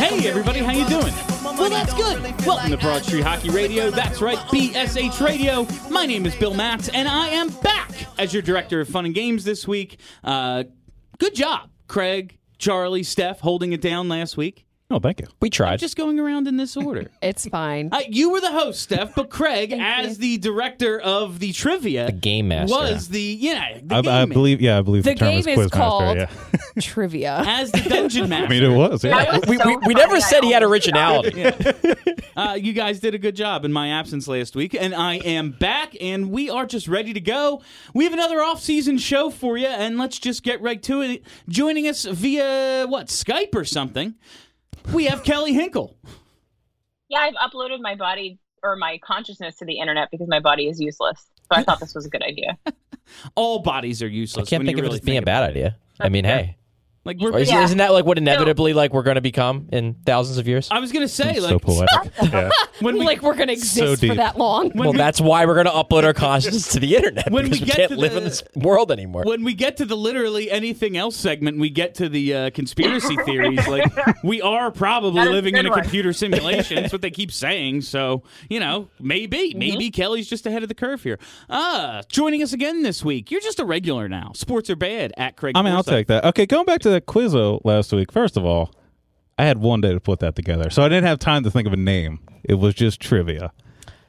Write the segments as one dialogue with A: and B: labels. A: Hey everybody, how you doing? Well, that's good. Welcome to Broad Street Hockey Radio. That's right, BSH Radio. My name is Bill Matz, and I am back as your director of fun and games this week. Uh, good job, Craig, Charlie, Steph, holding it down last week.
B: No, Oh, thank you. We tried.
A: Just going around in this order.
C: It's fine.
A: Uh, you were the host, Steph, but Craig, as the director of the trivia, the
D: game master.
A: was the yeah, the
B: I,
A: game
B: I
A: man.
B: believe. Yeah, I believe the,
C: The
B: term
C: game
B: is
C: is
B: Quizmaster.
C: called-
B: Yeah,
C: Trivia.
A: as the dungeon master.
B: I mean it was. Yeah.
D: we, we, we never said he had originality.
A: Uh, you guys did a good job in my absence last week, and I am back, and we are just ready to go. We have another off-season show for you, and let's just get right to it. Joining us via what Skype or something, we have Kelly Hinkle.
E: Yeah, I've uploaded my body or my consciousness to the internet because my body is useless. So I thought this was a good idea.
A: All bodies are useless.
D: I can't
A: when
D: think
A: you
D: of
A: really
D: it as being a
A: think about
D: bad idea. I mean, hey,
A: it. Like we're.
D: Or isn't,
E: Yeah.
D: isn't that like what inevitably like we're going to become in thousands of years?
A: I was gonna say
B: It's
A: like
B: so poetic. yeah.
A: when we
C: like we're gonna
B: So
C: exist
B: deep.
C: for that long.
D: well, that's why we're going to upload our consciousness to the internet
A: When we
D: because we,
A: get
D: can't
A: to
D: live
A: the-
D: in this world anymore.
A: when we get to the literally anything else segment, we get to the uh, conspiracy theories. Like we are probably
E: That is a
A: living in a
E: good one.
A: computer simulation. That's what they keep saying. So you know, maybe,
E: Mm-hmm.
A: maybe Kelly's just ahead of the curve here. Uh joining us again this week. You're just a regular now. Sports are bad at Craig.
B: I mean, I'll
A: Forsyth.
B: take that. Okay, going back to that quizzo last week. First of all, I had one day to put that together, so I didn't have time to think of a name. It was just trivia.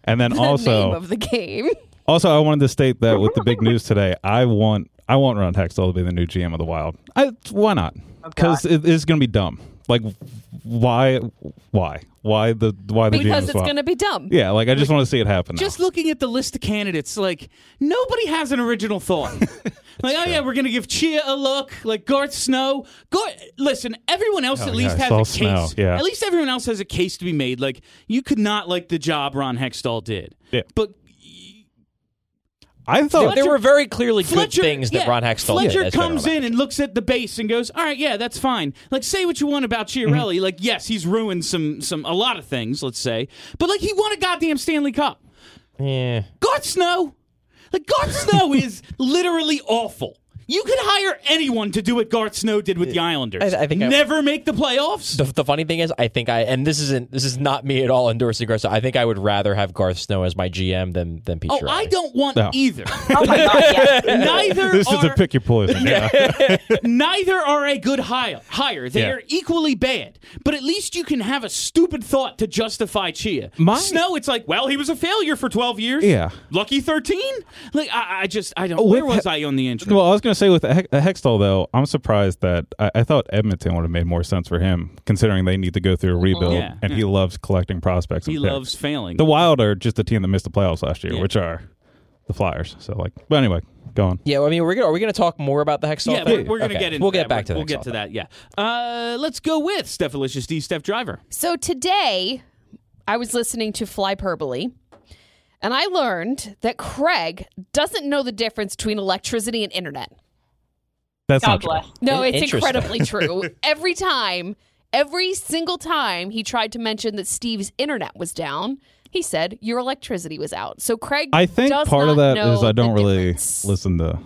B: And then
C: the
B: also,
C: name of the game.
B: Also, I wanted to state that with the big news today, I want I want Ron Hextall to be the new GM of the Wild. I why not?
C: Oh,
B: Because it is going to be dumb. Like why why why the why the GM
C: Because
B: is
C: it's
B: wild?
C: gonna be dumb.
B: yeah. Like I just want to see it happen. now.
A: Just looking at the list of candidates, like nobody has an original thought. like, oh yeah, we're gonna give Chia a look. Like Garth Snow. Gar- Listen, everyone
D: Oh,
A: else at
B: yeah,
A: least
B: I
A: has a case.
B: saw Snow, yeah.
A: At least everyone else has a case to be made. Like you could not like the job Ron Hextall did.
B: Yeah.
A: But
B: I
D: There-
B: thought
D: there were very clearly
A: Fletcher,
D: good things that
A: yeah,
D: Ron Hextall did.
A: Fletcher
D: that's been
A: comes
D: around.
A: in and looks at the base and goes, "All right, yeah, that's fine. Like, say what you want about
D: Mm-hmm.
A: Chiarelli. Like, yes, he's ruined some some a lot of things. Let's say, but like he won a goddamn Stanley Cup.
D: Yeah.
A: Garth Snow. Like Garth Snow is literally awful. You could hire anyone to do what Garth Snow did with the Islanders.
D: I- I think I-
A: never make the playoffs.
D: The, the funny thing is, I think I and this isn't this is not me at all endorsing Garth. Snow. I think I would rather have Garth Snow as my GM than than Pete.
A: oh,
D: Shirelli.
A: I don't want
B: No.
A: either.
E: Oh my god, yeah.
A: neither
B: this is
A: are
B: a pick your poison. Yeah.
A: neither are a good hire. Hire. They
B: Yeah.
A: are equally bad. But at least you can have a stupid thought to justify Chia.
B: My-
A: Snow, it's like, well, he was a failure for twelve years.
B: Yeah. Oh,
A: Lucky thirteen. Like I, I just I don't.
B: With
A: Where was
B: he-
A: I on the intro?
B: Well, I was going to say with Hex- Hextall though, I'm surprised that I, I thought Edmonton would have made more sense for him, considering they need to go through a rebuild,
A: Yeah,
B: and he loves collecting prospects.
A: he
B: and picks.
A: loves failing.
B: The Wild are just the team that missed the playoffs last year,
A: Yeah.
B: which are the Flyers. So like, but anyway, go on.
D: Yeah, well, I mean, we're gonna, are we going to talk more about the Hextall?
A: yeah,
D: thing?
A: we're, we're gonna
D: Okay,
A: get into
D: We'll
A: that.
D: get back to
A: We're-
D: the
A: we'll get
D: Hextall
A: to
D: thing.
A: that. Yeah, uh, let's go with Stephalicious D. Steph Driver.
C: So today I was listening to Flyperbole and I learned that Craig doesn't know the difference between electricity and internet.
B: That's
E: God
B: not
E: bless.
B: true.
C: No,
D: In-
C: it's
D: interesting.
C: incredibly true. Every time, every single time he tried to mention that Steve's internet was down, he said your electricity was out. So Craig,
B: I think
C: does
B: part of
C: not
B: that
C: know
B: is I don't
C: the
B: really
C: difference.
B: listen to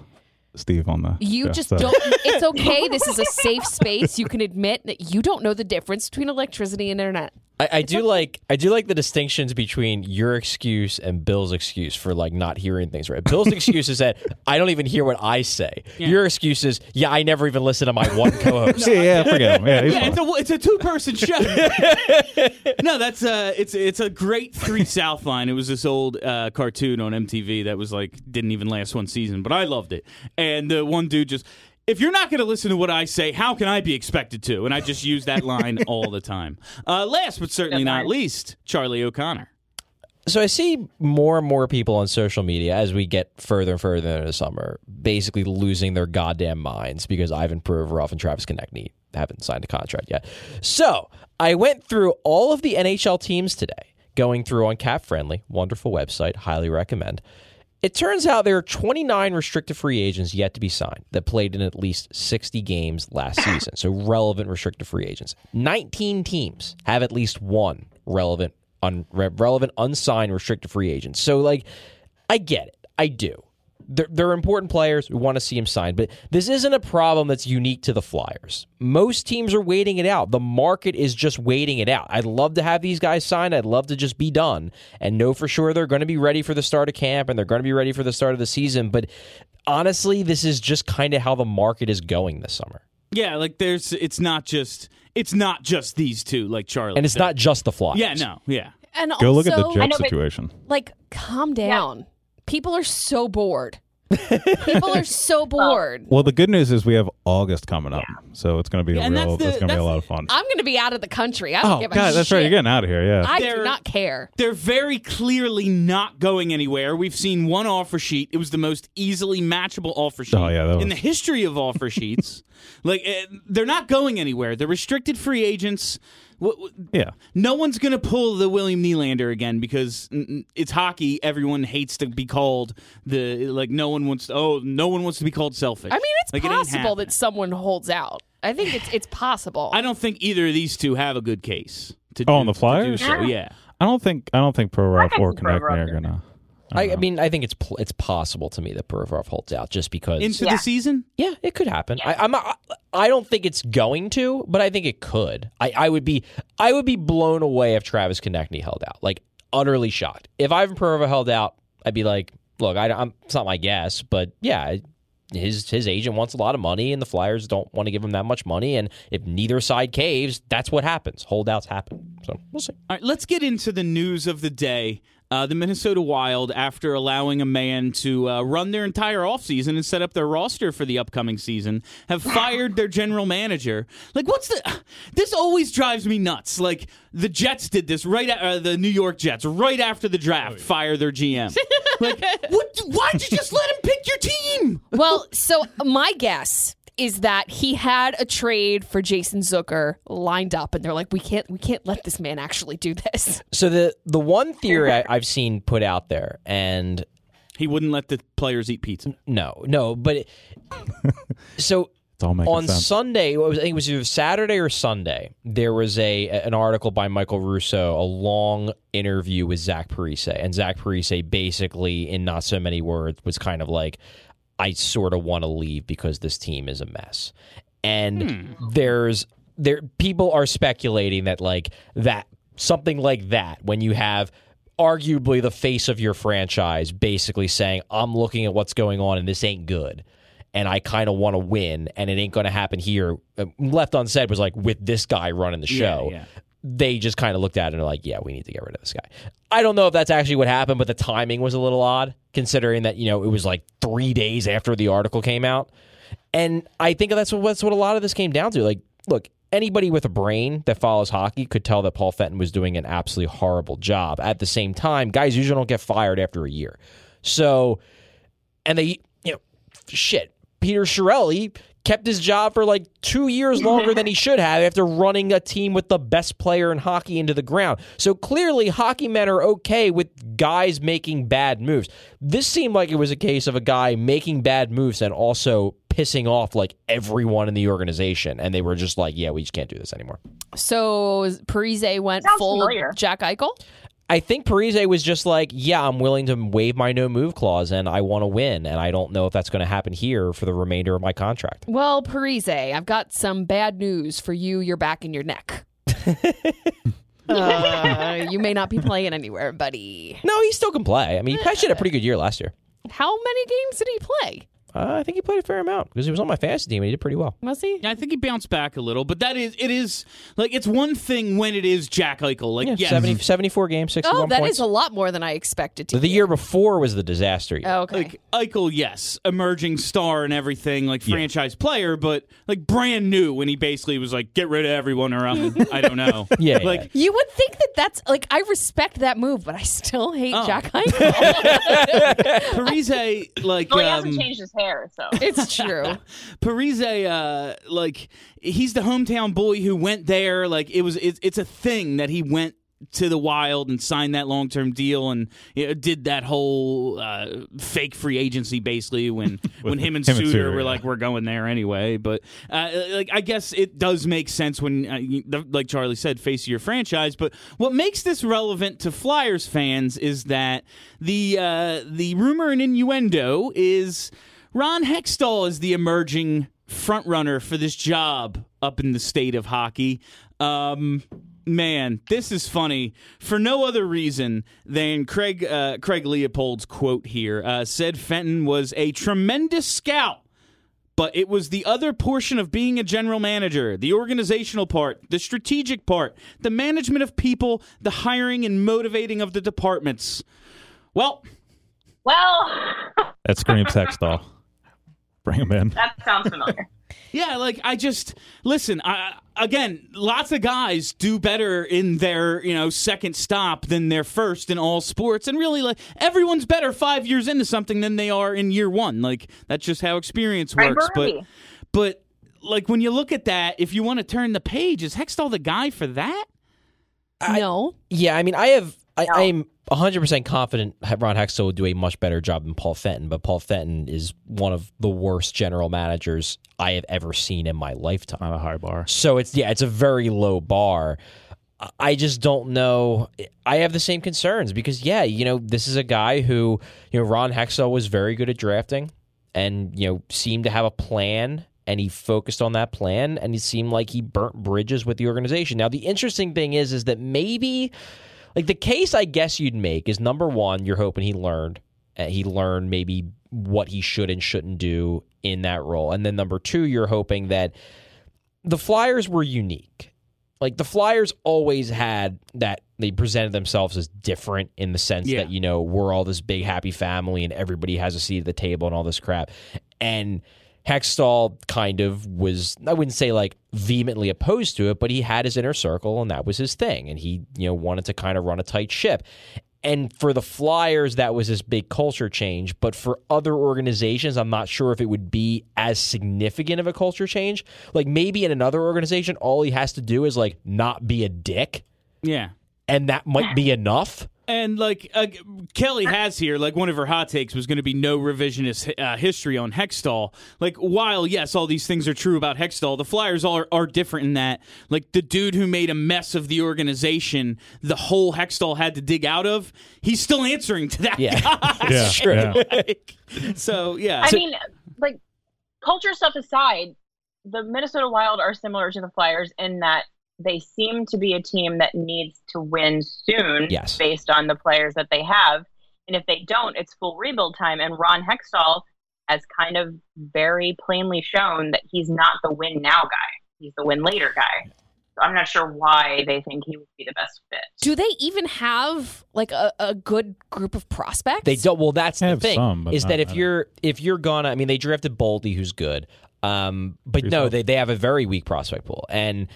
B: Steve on the.
C: You
B: show,
C: just
B: so-
C: don't. It's okay. this is a safe space. You can admit that you don't know the difference between electricity and internet.
D: I, I do like I do like the distinctions between your excuse and Bill's excuse for like not hearing things right. Bill's excuse is that I don't even hear what I say. Your excuse is yeah, I never even listen to my one co-host.
B: Yeah, yeah, forget him. Yeah, he's
A: Yeah,
B: fine.
A: it's a it's a two person show. no, that's uh, it's it's a great three South line. It was this old uh, cartoon on MTV that was like didn't even last one season, but I loved it. And the one dude just. If you're not going to listen to what I say, how can I be expected to? And I just use that line all the time. Uh, last but certainly not least, Charlie O'Connor.
D: so I see more and more people on social media as we get further and further into the summer, basically losing their goddamn minds because Ivan Provorov and Travis Konechny haven't signed a contract yet. So I went through all of the NHL teams today, going through on Cap Friendly, wonderful website, highly recommend. It turns out there are 29 restricted free agents yet to be signed that played in at least 60 games last season. So relevant restricted free agents. 19 teams have at least one relevant un, re- relevant unsigned restricted free agents. So like I get it. I do. They're, they're important players. We want to see them signed, but this isn't a problem that's unique to the Flyers. Most teams are waiting it out. The market is just waiting it out. I'd love to have these guys signed. I'd love to just be done and know for sure they're going to be ready for the start of camp and they're going to be ready for the start of the season. But honestly, this is just kind of how the market is going this summer.
A: Yeah, like there's. It's not just. It's not just these two, like Charlie.
D: And it's
A: said.
D: not just the Flyers.
A: Yeah, no, yeah.
C: And
B: Go
C: also,
B: look at the
E: I
B: Jet
E: know, but-
B: situation.
C: like calm down. People are so bored. People are so bored.
B: Well, the good news is we have August coming up, so it's going to be
A: Yeah,
B: a
A: and
B: real.
A: that's the-
B: it's going to be
A: that's
B: a lot of fun.
C: I'm going to be out of the country. I don't
B: oh
C: give a
B: God, that's right. You're
C: shit.
B: getting out of here. Yeah.
C: I
A: They're-
C: do not care.
A: They're very clearly not going anywhere. We've seen one offer sheet. It was the most easily matchable offer sheet
B: Oh, yeah, that
A: in
B: was-
A: the history of offer sheets. Like eh, they're not going anywhere. They're restricted free agents. Wh- wh-
B: yeah.
A: No one's going to pull the William Nylander again because mm, mm, it's hockey. Everyone hates to be called the like. No one wants. To, oh, no one wants to be called selfish.
C: I mean, it's
A: Like, it ain't
C: possible
A: happening.
C: that someone holds out. I think it's it's possible.
A: I don't think either of these two have a good case. To
B: Oh,
A: do-
B: on the
A: to do
B: Flyers?
A: so, yeah.
B: I don't think I don't think Pro Ralph
E: think
B: or
E: Pro
B: Connect
E: Ralph
B: are
E: is-
B: going to.
D: I, I mean, I think it's pl- it's possible to me that Provorov holds out just because.
A: Into
E: Yeah.
A: the season.
D: yeah, it could happen. I, I'm not, I don't think it's going to, but I think it could. I, I would be I would be blown away if Travis Konechny held out, like utterly shocked. If Ivan Provorov held out, I'd be like, look, I, am it's not my guess, but yeah. His his agent wants a lot of money, and the Flyers don't want to give him that much money. And if neither side caves, that's what happens. Holdouts happen. So we'll see.
A: All right, let's get into the news of the day. Uh, the Minnesota Wild, after allowing a man to uh, run their entire offseason and set up their roster for the upcoming season, have fired their general manager. Like, what's the. This always drives me nuts. Like, the Jets did this right at uh, the New York Jets, right after the draft, fire their GM. like, what, why'd you just let him pick your team?
C: Well, so my guess is that he had a trade for Jason Zucker lined up, and they're like, we can't, we can't let this man actually do this.
D: So the the one theory I, I've seen put out there, and
A: He wouldn't let the players eat pizza.
D: no, no, but it, so
B: It's all making
D: on
B: sense.
D: Sunday, it was, I think it was either Saturday or Sunday. There was a an article by Michael Russo, a long interview with Zach Parise, and Zach Parise basically, in not so many words, was kind of like, "I sort of want to leave because this team is a mess," and
A: Hmm.
D: there's there people are speculating that like that something like that when you have arguably the face of your franchise basically saying i'm looking at what's going on and this ain't good and I kind of want to win, and it ain't going to happen here. Uh, Left unsaid was like with this guy running the show.
A: yeah.
D: They just kind of looked at it and are like, yeah, we need to get rid of this guy. I don't know if that's actually what happened, but the timing was a little odd considering that you know it was like three days after the article came out, and I think that's what that's what a lot of this came down to. Like, look. Anybody with a brain that follows hockey could tell that Paul Fenton was doing an absolutely horrible job. At the same time, guys usually don't get fired after a year. So and they you know shit peter Shirelli kept his job for like two years longer than he should have after running a team with the best player in hockey into the ground so clearly hockey men are okay with guys making bad moves this seemed like it was a case of a guy making bad moves and also pissing off like everyone in the organization and they were just like yeah we just can't do this anymore
C: So Parise went
E: Sounds
C: full
E: familiar.
C: Jack Eichel.
D: I think Parise was just like, yeah, I'm willing to waive my no move clause and I want to win. And I don't know if that's going to happen here for the remainder of my contract.
C: Well, Parise, I've got some bad news for you. You're back in your neck. Uh, you may not be playing anywhere, buddy.
D: No, he still can play. I mean, he actually had a pretty good year last year.
C: How many games did he play?
D: Uh, I think he played a fair amount because he was on my fantasy team and he did pretty well.
C: Was he?
A: Yeah, I think he bounced back a little, but that is it is like it's one thing when it is Jack Eichel. Like
D: Yeah,
A: yes,
D: 70 74 games, 61
C: Oh, that is
D: points.
C: a lot more than I expected to.
D: the
C: be.
D: year before was the disaster. year.
C: Oh, okay.
A: like Eichel, yes, emerging star and everything, like franchise player, but like brand new when he basically was like, get rid of everyone or I'm, I don't know.
D: Yeah, yeah.
A: like
C: you would think that that's like I respect that move, but I still hate
A: Oh.
C: Jack Eichel.
A: Parise, like
E: Well, he
A: um,
E: hasn't changed his hair, so
C: it's true.
A: Parise, uh, like he's the hometown boy who went there. Like it was, it's it's a thing that he went to the Wild and signed that long term deal and you know, did that whole uh, fake free agency basically when when him and
B: him and
A: Suter
B: Suter,
A: were
B: yeah.
A: like we're going there anyway. But uh, like I guess it does make sense when uh, you- the- like Charlie said, face of your franchise. But what makes this relevant to Flyers fans is that the uh, the rumor and innuendo is. Ron Hextall is the emerging front runner for this job up in the state of hockey. Um, man, this is funny for no other reason than Craig uh, Craig Leopold's quote here uh, said Fenton was a tremendous scout but it was the other portion of being a general manager the organizational part, the strategic part, the management of people, the hiring and motivating of the departments. Well,
E: well,
B: That screams Hextall. Bring him in.
E: that sounds familiar.
A: yeah, like I just listen. I, again, lots of guys do better in their you know second stop than their first in all sports, and really, like everyone's better five years into something than they are in year one. Like that's just how experience
E: Right,
A: works. But
E: Bernie.
A: but like when you look at that, if you want to turn the page, is Hextall the guy for that?
C: no,
D: Yeah, I mean, I have, I, I'm 100% confident Ron Hextall would do a much better job than Paul Fenton, but Paul Fenton is one of the worst general managers I have ever seen in my lifetime.
B: On a high bar.
D: So it's yeah, it's a very low bar. I- I just don't know. I have the same concerns because yeah, you know, this is a guy who you know Ron Hexel was very good at drafting, and you know seemed to have a plan, and he focused on that plan, and he seemed like he burnt bridges with the organization. Now the interesting thing is, is that maybe like the case I guess you'd make is number one, you're hoping he learned. uh, He learned maybe what he should and shouldn't do in that role. And then number two, you're hoping that the Flyers were unique. Like the Flyers always had that they presented themselves as different in the sense
A: Yeah.
D: that you know we're all this big happy family and everybody has a seat at the table and all this crap. And Hextall kind of was I wouldn't say like vehemently opposed to it, but he had his inner circle and that was his thing and he you know wanted to kind of run a tight ship. And for the Flyers, that was this big culture change. But for other organizations, I'm not sure if it would be as significant of a culture change. Like maybe in another organization, all he has to do is like not be a dick,
A: Yeah.
D: and that might be enough.
A: And like uh, Kelly has here, like one of her hot takes was going to be no revisionist uh, history on Hextall. Like while yes, all these things are true about Hextall, the Flyers are are different in that like the dude who made a mess of the organization, the whole Hextall had to dig out of. He's still answering to that
D: Yeah.
A: guy.
B: Yeah, yeah.
A: Like, so yeah,
E: I mean, like culture stuff aside, the Minnesota Wild are similar to the Flyers in that they seem to be a team that needs to win soon
D: Yes.
E: based on the players that they have. And if they don't, it's full rebuild time. And Ron Hextall has kind of very plainly shown that he's not the win now guy. He's the win later guy. So I'm not sure why they think he would be the best fit.
C: do they even have like a, a good group of prospects?
D: They don't. Well, that's the
B: Have
D: thing
B: some, but
D: is
B: not-
D: that if
B: I don't-
D: you're if you're gonna, I mean, they drafted Boldy, who's good, um, but no, they they have a very weak prospect pool, and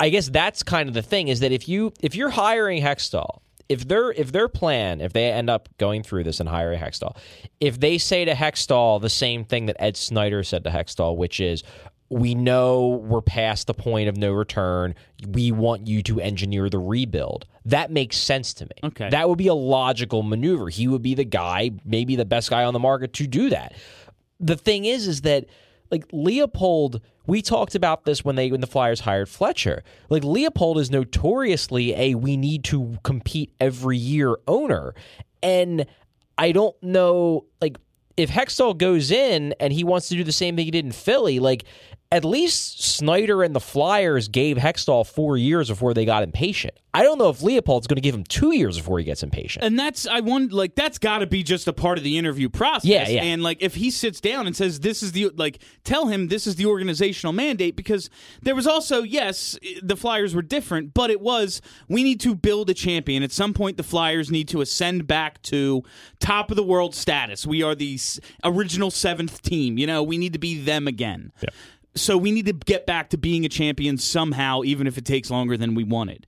D: I guess that's kind of the thing is that if you if you're hiring Hextall. If their if their plan, if they end up going through this and hiring Hextall, if they say to Hextall the same thing that Ed Snyder said to Hextall, which is, we know we're past the point of no return. We want you to engineer the rebuild. That makes sense to me.
A: Okay.
D: That would be a logical maneuver. He would be the guy, maybe the best guy on the market to do that. The thing is, is that like Leopold, we talked about this when they when the Flyers hired Fletcher. Like Leopold is notoriously a we need to compete every year owner. And I don't know like if Hextall goes in and he wants to do the same thing he did in Philly, like at least Snyder and the Flyers gave Hextall four years before they got impatient. I don't know if Leopold's going to give him two years before he gets impatient.
A: And that's I wonder like that's got to be just a part of the interview process.
D: Yeah, yeah.
A: And like if he sits down and says this is the like tell him this is the organizational mandate because there was also yes the Flyers were different but it was we need to build a champion at some point the Flyers need to ascend back to top of the world status. We are the s- original seventh team. You know we need to be them again. So we need to get back to being a champion somehow, even if it takes longer than we wanted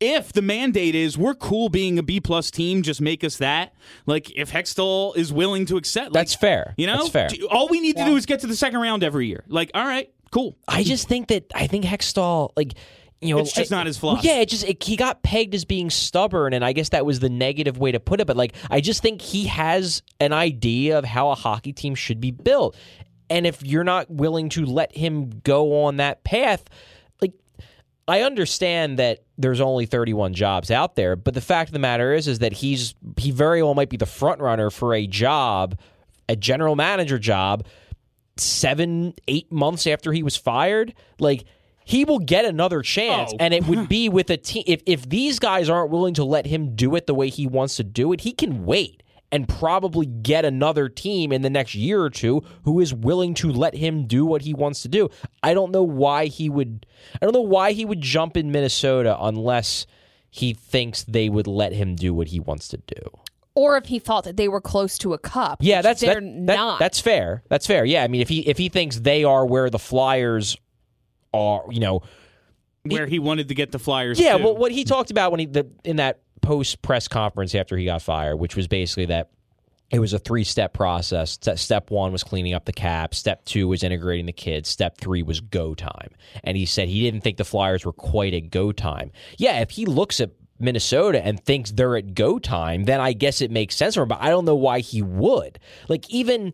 A: if the mandate is we're cool being a B plus team, just make us that. Like if Hextall is willing to accept, like,
D: That's fair.
A: You know,
D: That's fair.
A: Do- All we need to do is get to the second round every year. Like, all right, cool.
D: I just think that I think Hextall, like you know,
A: It's just
D: I-
A: not his
D: well,
A: philosophy.
D: yeah, it just it, he got pegged as being stubborn, and I guess that was the negative way to put it. But like, I just think he has an idea of how a hockey team should be built, and if you're not willing to let him go on that path, like I understand that there's only 31 jobs out there, but the fact of the matter is is that he's he very well might be the front runner for a job, a general manager job, seven, eight months after he was fired. Like he will get another chance,
A: Oh.
D: and it would be with a team. If if these guys aren't willing to let him do it the way he wants to do it, he can wait. And probably get another team in the next year or two who is willing to let him do what he wants to do. I don't know why he would. I don't know why he would jump in Minnesota unless he thinks they would let him do what he wants to do.
C: Or if he thought that they were close to a cup.
D: Yeah,
C: which
D: that's
C: they're
D: that- that-
C: not.
D: That's fair. That's fair. Yeah, I mean, if he if he thinks they are where the Flyers are, you know,
A: Where he wanted to get the Flyers.
D: yeah.
A: to.
D: Well, what he talked about when he the, in that post press conference after he got fired, which was basically that it was a three step process. Ste- Step one was cleaning up the cap. Step two was integrating the kids. Step three was go time. And he said he didn't think the Flyers were quite at go time. Yeah, if he looks at Minnesota and thinks they're at go time, then I guess it makes sense for him. But I don't know why he would. Like even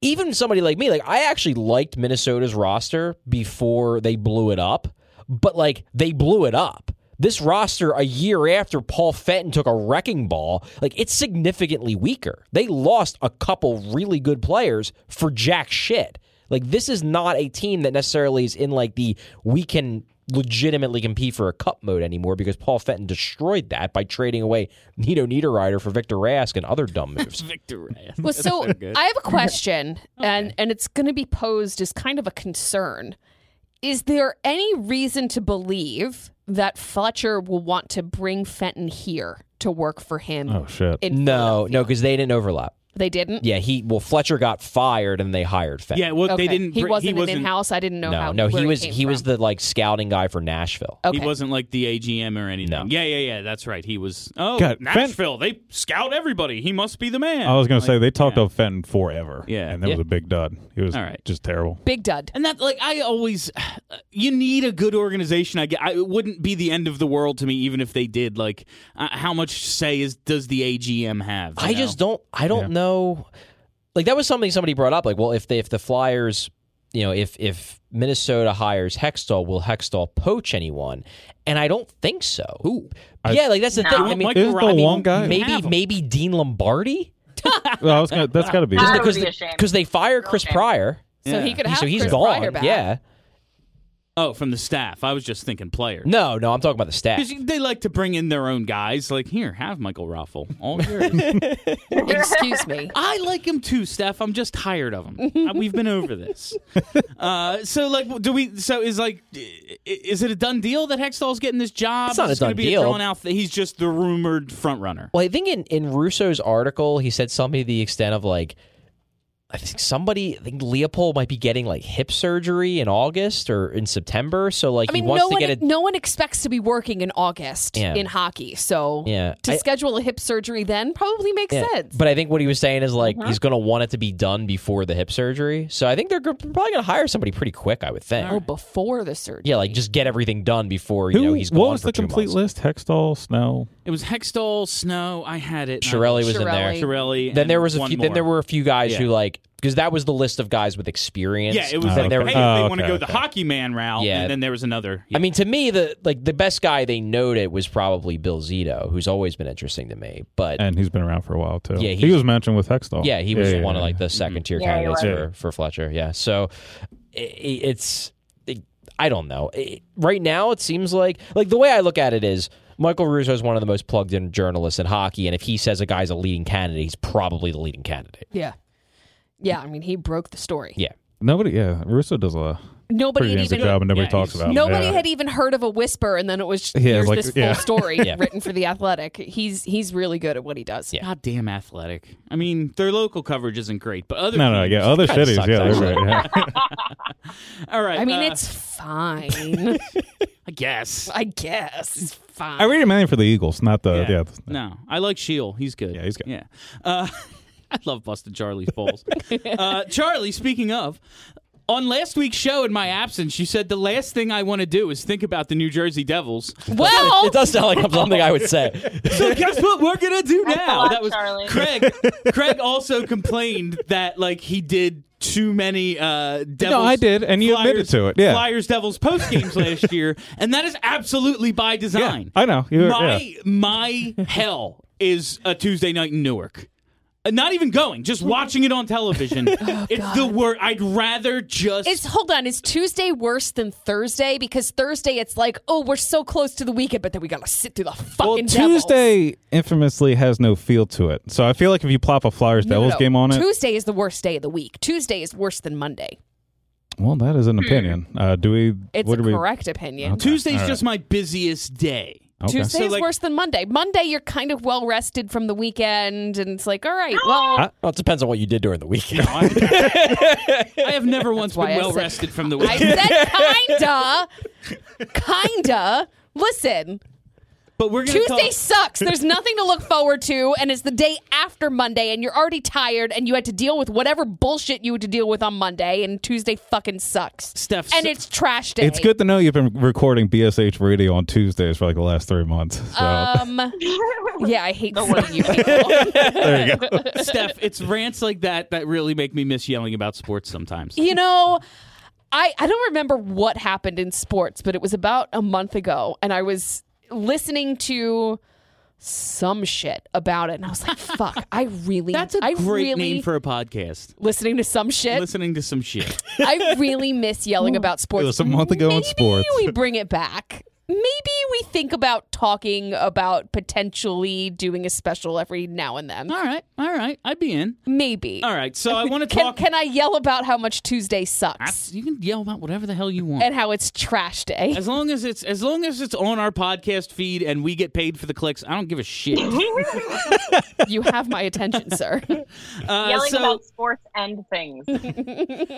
D: even somebody like me, like I actually liked Minnesota's roster before they blew it up, but like they blew it up. This roster a year after Paul Fenton took a wrecking ball, like it's significantly weaker. They lost a couple really good players for jack shit. Like this is not a team that necessarily is in like the we can legitimately compete for a cup mode anymore because Paul Fenton destroyed that by trading away Nito Niederreiter for Victor Rask and other dumb moves.
A: Victor.
C: Well, so I have a question, and and it's going to be posed as kind of a concern. Is there any reason to believe that Fletcher will want to bring Fenton here to work for him?
B: Oh shit.
C: in
D: no,
C: Philadelphia?
D: no, because they didn't overlap.
C: they didn't.
D: Yeah, he well Fletcher got fired and they hired Fenton.
A: Yeah. Well,
C: Okay.
A: they didn't.
C: He
A: br-
C: wasn't, an in-house. I didn't know
D: no,
C: how.
D: no,
C: where
D: he was
C: came
D: he was
C: from.
D: the like scouting guy for Nashville.
C: Okay.
A: He wasn't like the AGM or anything.
D: No.
A: Yeah, yeah, yeah. That's right. He was. Oh,
B: God,
A: Nashville. They scout everybody. He must be the man.
B: I was gonna
A: Like,
B: say they talked
A: yeah.
B: of Fenton forever.
A: Yeah.
B: and that was
D: Yeah.
B: a big dud. He was
A: All right.
B: just terrible.
C: big dud.
A: And that, like, I always, you need a good organization. I, get- I- it wouldn't be the end of the world to me, even if they did. Like, uh, how much say is does the AGM have? you
D: I
A: know?
D: just don't I don't know like that was something somebody brought up. Like, well, if they if the Flyers you know, if if Minnesota hires Hextall, will Hextall poach anyone? And I don't think so. Who? Yeah, like that's the thing. I mean,
A: Michael
B: Isn't the
A: Robbie
B: one guy-
A: have
D: maybe
A: him.
D: maybe Dean Lombardi
B: Well, I was gonna, that's got to be.
E: That
B: it.
E: would
D: because
E: be
D: the-
E: a shame.
D: they fired Chris
E: shame.
D: Pryor,
C: So he could have
D: so he's
C: Chris
D: gone.
C: Kreider back.
D: Yeah,
A: Oh, from the staff. I was just thinking players.
D: no, no, I'm talking about the staff.
A: 'Cause they like to bring in their own guys. Like, here, have Michael Raffle. All yours.
C: Excuse me.
A: I like him too, Steph. I'm just tired of him. Uh, We've been over this. Uh, so, like, do we? So, is like, i- is it a done deal that Hextall's getting this job?
D: It's not
A: Is
D: a
A: this gonna
D: done
A: be
D: deal.
A: drawn out. th- he's just the rumored front runner.
D: Well, I think in, in Russo's article, he said something to the extent of like, I think somebody, I think Leopold might be getting like hip surgery in August or in September. So like
C: I mean,
D: he wants
C: no
D: to
C: one
D: get a
C: no one expects to be working in August
D: Yeah.
C: in hockey, so
D: Yeah.
C: to
D: I-
C: schedule a hip surgery then probably makes
D: Yeah.
C: sense.
D: But I think what he was saying is like he's going to want it to be done before the hip surgery. So I think they're go- probably going to hire somebody pretty quick. I would think.
C: Oh, before the surgery.
D: Yeah, like just get everything done before you
B: Who-
D: know he's gone
B: what was
D: for
B: the
D: two
B: complete
D: months.
B: list? Hextall, Snow.
A: It was Hextall, Snow. I had it.
D: Shirelli was in there.
C: Shirelli.
A: Shirelli.
D: Then
A: and
D: there was a
A: one
D: few,
A: more.
D: then there were a few guys
A: Yeah.
D: who like because that was the list of guys with experience.
A: Yeah, it was
B: Oh,
A: like,
B: okay.
A: hey, if they
B: Oh,
A: want to
B: okay,
A: go the
B: okay.
A: hockey man route,
D: Yeah.
A: and then there was another.
D: I mean, to me, the like the best guy they noted was probably Bill Zito, who's always been interesting to me. But
B: And he's been around for a while too.
D: Yeah,
B: he
D: he's-
B: was mentioned with Hextall.
D: yeah, he was
B: yeah,
D: one of
B: yeah.
D: like the second tier
E: Yeah, he
D: candidates
B: was.
D: for, for Fletcher. Yeah, so i- i- it's it- I don't know. It- right now, it seems like like the way I look at it is Michael Russo is one of the most plugged in journalists in hockey, and if he says a guy's a leading candidate, he's probably the leading candidate.
C: Yeah. Yeah, I mean, he broke the story.
D: Yeah,
B: Nobody, yeah, Russo does a
C: Nobody
B: pretty
C: had
B: damn good
C: even
B: job, and nobody
A: yeah,
B: talks
A: he's-
B: about. it.
C: nobody
B: yeah.
C: had even heard of a whisper, and then it was
B: Yeah,
C: here's
B: like,
C: this full
B: yeah.
C: story
D: Yeah.
C: written for the Athletic. He's he's really good at what he does.
D: Yeah.
A: Goddamn athletic. I mean, their local coverage isn't great, but other
B: No, no,
A: teams-
B: yeah, other
D: Kinda
B: cities,
D: sucks,
B: yeah, they're
D: actually.
B: right. yeah.
A: All right.
C: I mean,
A: uh,
C: it's fine.
A: I guess.
C: I guess it's fine.
B: I read it mainly for the Eagles, not the
A: Yeah.
B: yeah.
A: No, I like Shield. He's good.
B: Yeah, he's good.
A: Yeah. Uh, I love busting Charlie's balls. uh, Charlie, speaking of, on last week's show, in my absence, you said the last thing I want to do is think about the New Jersey Devils.
C: well,
D: it does sound like something I would say.
A: So guess what we're gonna do
E: That's a
A: now?
E: lot,
A: that was
E: Charlie.
A: Craig. Craig also complained that like he did too many uh devils
B: I did, and you
A: Flyers-
B: admitted to it, yeah.
A: flyers devils post games last year and that is absolutely by design
B: I know. You-
A: my
B: yeah.
A: my hell is a Tuesday night in Newark. Uh, Not even going, just watching it on television.
B: Oh,
A: it's the word. I'd rather just.
C: Is hold on, is Tuesday worse than Thursday? Because Thursday it's like, oh, we're so close to the weekend, but then we gotta sit through the fucking
B: Well,
C: Devils.
B: Tuesday infamously has no feel to it, so I feel like if you plop a Flyers
C: No, no,
B: Devils
C: no.
B: game on it,
C: Tuesday is the worst day of the week. Tuesday is worse than Monday.
B: well, that is an opinion. Uh, do we?
C: It's
B: what
C: a
B: do we?
C: correct opinion.
B: Okay.
A: Tuesday's
B: All right.
A: just my busiest day.
B: okay.
C: Tuesday
A: So,
C: is
A: like-
C: worse than Monday. Monday you're kind of well rested from the weekend, and it's like, all right, well,
D: Well, it depends on what you did during the weekend.
A: I have never once
C: why
A: been
C: I
A: well
C: said-
A: rested from the
C: I
A: weekend.
C: said kinda, kinda. Listen,
A: But we're gonna
C: Tuesday
A: talk-
C: sucks. There's nothing to look forward to, and it's the day after Monday, and you're already tired, and you had to deal with whatever bullshit you had to deal with on Monday, and Tuesday fucking sucks.
A: Steph,
C: and
A: so-
C: it's trash day.
B: It's good to know you've been recording BSH radio on Tuesdays for like the last three months. So
C: Um, yeah, I hate seeing you. People.
B: there you go.
A: Steph, it's rants like that that really make me miss yelling about sports sometimes.
C: you know. I, I don't remember what happened in sports, but it was about a month ago, and I was listening to some shit about it, and I was like, "Fuck, I really,
A: That's a
C: I
A: great
C: really
A: name for a podcast.
C: listening to some shit."
A: Listening to some shit.
C: I really miss yelling about sports.
B: It was a month ago in
C: Maybe
B: sports.
C: we bring it back. Maybe we think about talking about potentially doing a special every now and then.
A: all right, all right, I'd be in.
C: Maybe.
A: All right, so I want to
C: Can,
A: talk.
C: can I yell about how much Tuesday sucks
A: you can yell about whatever the hell you want.
C: and how it's trash day?
A: As long as it's as long as it's on our podcast feed and we get paid for the clicks, I don't give a shit.
C: you have my attention, sir.
A: Uh,
E: Yelling
A: so
E: about sports and things.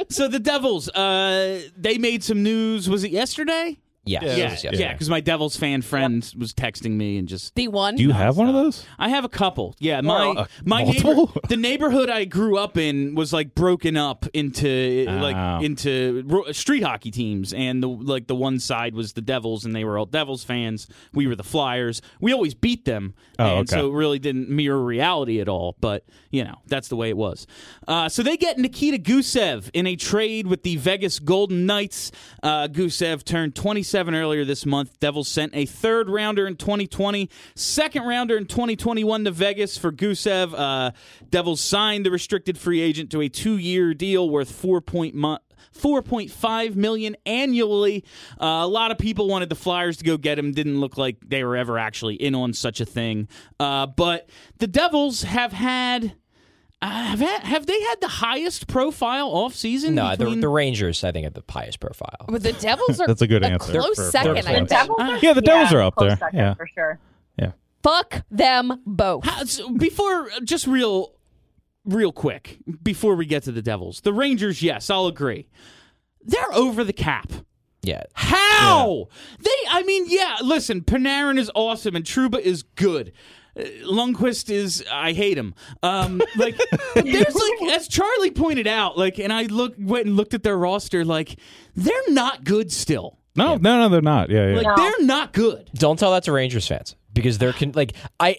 A: so the Devils, uh, they made some news. Was it yesterday?
D: yeah,
B: Yeah.
D: yeah,
A: yeah, because my Devils fan friend was texting me and just.
C: The one.
B: Do you have one of those?
A: I have a couple. Yeah, my
B: Well, uh,
A: my neighbor,
B: multiple?
A: the neighborhood I grew up in was like broken up into
B: Oh.
A: like into ro- street hockey teams, and the like the one side was the Devils, and they were all Devils fans. We were the Flyers. We always beat them,
B: Oh,
A: and
B: okay.
A: so it really didn't mirror reality at all. But you know that's the way it was. Uh, so they get Nikita Gusev in a trade with the Vegas Golden Knights. Uh, Gusev turned 27 earlier this month. Devils sent a third rounder in 2020, second rounder in 2021 to Vegas for Gusev. Uh, Devils signed the restricted free agent to a two-year deal worth 4. point mo- 4.5 million annually. Uh, a lot of people wanted the Flyers to go get him. Didn't look like they were ever actually in on such a thing. Uh, but the Devils have had. Uh, have, had, have they had the highest profile offseason?
D: No, the,
A: between-
D: the Rangers, I think, have the highest profile.
C: But the Devils are
B: That's a good answer.
C: close
B: for-
C: second,
B: for-
C: I
E: The
C: think.
E: Devils are-
B: Yeah, the Devils are up
E: close
B: there.
E: second
B: Yeah.
E: for sure.
C: Fuck them both.
A: Uh, so before just real real quick before we get to the devils the rangers yes i'll agree they're over the cap
D: Yeah,
A: how they i mean yeah listen panarin is awesome and truba is good Uh, Lundqvist is I hate him. Um, like there's like as Charlie pointed out, like and I look went and looked at their roster, like they're not good still.
B: No, no, no, they're not. Yeah, yeah.
A: Like they're not good.
D: Don't tell that to Rangers fans because they're con- like I.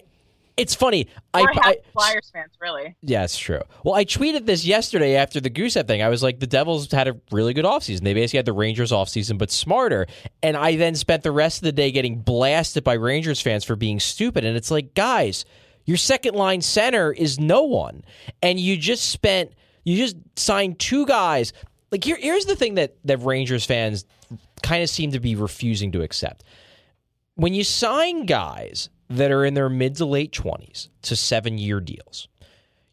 D: It's funny. I,
E: Or half
D: I
E: Flyers fans, really.
D: yeah, it's true. Well, I tweeted this yesterday after the Gusev thing. I was like, the Devils had a really good offseason. They basically had the Rangers offseason, but smarter. And I then spent the rest of the day getting blasted by Rangers fans for being stupid. And it's like, guys, your second line center is no one, and you just spent you just signed two guys like here, here's the thing that that Rangers fans kind of seem to be refusing to accept. When you sign guys that are in their mid to late 20s to 7-year deals,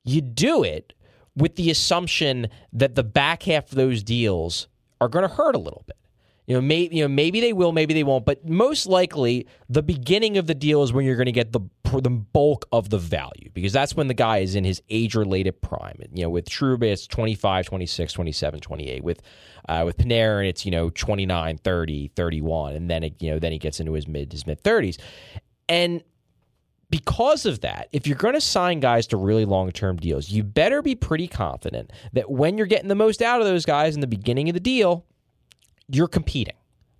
D: you do it with the assumption that the back half of those deals are going to hurt a little bit. You know, maybe you know, maybe they will, maybe they won't, but most likely the beginning of the deal is when you're going to get the the bulk of the value because that's when the guy is in his age-related prime. You know, with Truba it's 25, 26, 27, 28. With uh, with Panarin it's, you know, 29, 30, 31 and then it, you know, then he gets into his mid his mid 30s. And because of that, if you're going to sign guys to really long term deals, you better be pretty confident that when you're getting the most out of those guys in the beginning of the deal, you're competing.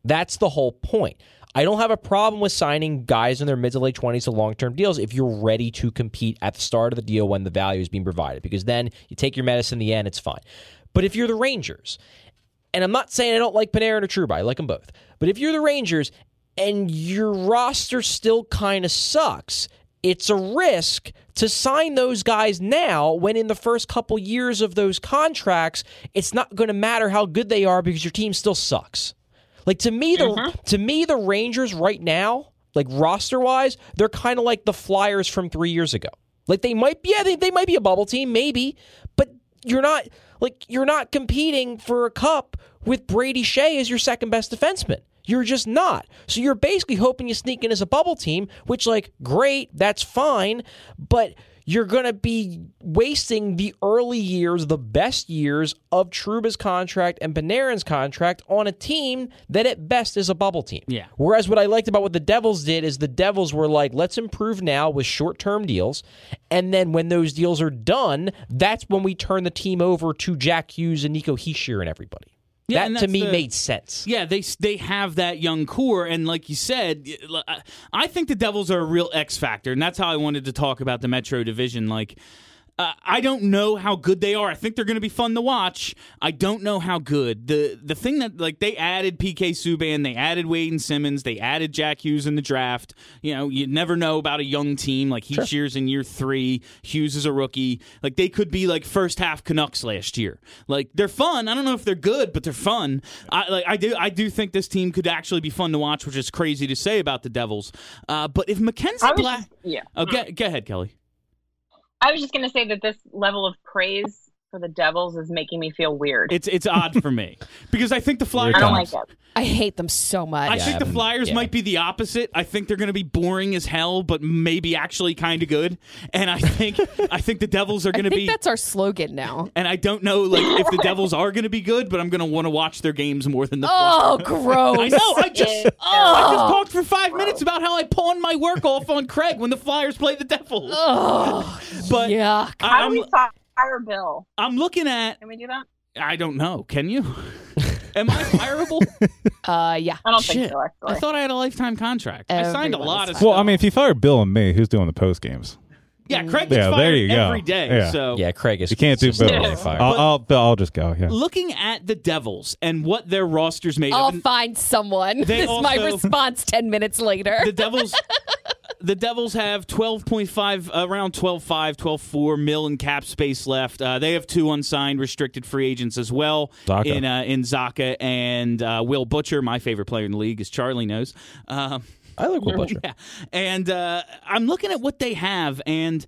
D: That's the whole point. I don't have a problem with signing guys in their mid to late 20s to long term deals if you're ready to compete at the start of the deal when the value is being provided, because then you take your medicine in the end, it's fine. But if you're the Rangers, and I'm not saying I don't like Panarin or Truba, I like them both, but if you're the Rangers and your roster still kind of sucks, it's a risk to sign those guys now when in the first couple years of those contracts it's not going to matter how good they are because your team still sucks like to me the to me the rangers right now like roster wise they're kind of like the flyers from 3 years ago like they might yeah they, they might be a bubble team maybe but you're not like you're not competing for a cup with Brady Shea as your second best defenseman. You're just not. So you're basically hoping you sneak in as a bubble team, which like great, that's fine, but you're going to be wasting the early years, the best years of Truba's contract and Panarin's contract on a team that at best is a bubble team.
A: Yeah.
D: Whereas what I liked about what the Devils did is the Devils were like, let's improve now with short term deals. And then when those deals are done, that's when we turn the team over to Jack Hughes and Nico Heischer and everybody.
A: Yeah,
D: that
A: and
D: to
A: that's
D: me
A: the-
D: made sense.
A: Yeah, they they have that young core, and like you said, uh, I think the Devils are a real X factor, and that's how I wanted to talk about the Metro Division. Like, uh, I don't know how good they are. I think they're going to be fun to watch. I don't know how good the the thing that like they added PK Subban, they added Wade and Simmons, they added Jack Hughes in the draft. You know, you never know about a young team like he years in year three. Hughes is a rookie. Like they could be like first half Canucks last year. Like they're fun. I don't know if they're good, but they're fun. I like I do I do think this team could actually be fun to watch, which is crazy to say about the Devils. Uh, but if Mackenzie
E: I was
A: Black,
E: just- yeah.
A: oh, go, go ahead, Kelly.
E: I was just going to say that this level of praise for the Devils is making me feel weird.
A: It's it's odd for me because I think the Flyers.
E: I don't like that.
C: I hate them so much.
A: I think the Flyers
D: yeah.
A: might be the opposite. I think they're going to be boring as hell, but maybe actually kind of good. And I think I think the Devils are
C: I
A: going to
C: think
A: be.
C: that's our slogan now.
A: and I don't know like if the Devils are going to be good, but I'm going to want to watch their games more than the.
C: Oh,
A: Flyers.
C: gross.
A: I know. I just
E: Yeah.
A: I just talked for five minutes about how I pawned my work off on Craig when the Flyers played the Devils.
C: Oh,
A: but
C: yuck.
A: I,
E: How do
A: I'm
E: we fire Bill?
A: I'm looking at.
E: Can we do that?
A: I don't know. Can you? Am I fireable?
C: Uh, yeah.
E: I don't
A: Shit.
E: think so, actually.
A: I thought I had a lifetime contract. I signed a
C: Everyone
A: lot of
C: is
A: stuff.
B: Well, I mean, if you fire Bill and me, who's doing the post games?
A: yeah, Craig gets
B: Yeah, there
A: fired
B: you go.
A: every day.
B: Yeah.
A: So
D: Yeah, Craig is.
B: You can't do
D: is
B: both. Uh,
D: definitely
E: Yeah.
D: fired.
B: I'll, I'll Bill, I'll just go. Yeah.
A: looking at the Devils and what their rosters made
C: I'll
A: of, and
C: find someone.
A: They
C: This is my
A: also-
C: response 10 minutes later.
A: the Devils. The Devils have 12.5, uh, around 12.5, 12.4 mil in cap space left. Uh, they have two unsigned restricted free agents as well
B: Zaka.
A: in uh, in Zaka and uh, Will Butcher. My favorite player in the league, as Charlie knows. Um,
D: I like Will Butcher.
A: Yeah. And uh, I'm looking at what they have. And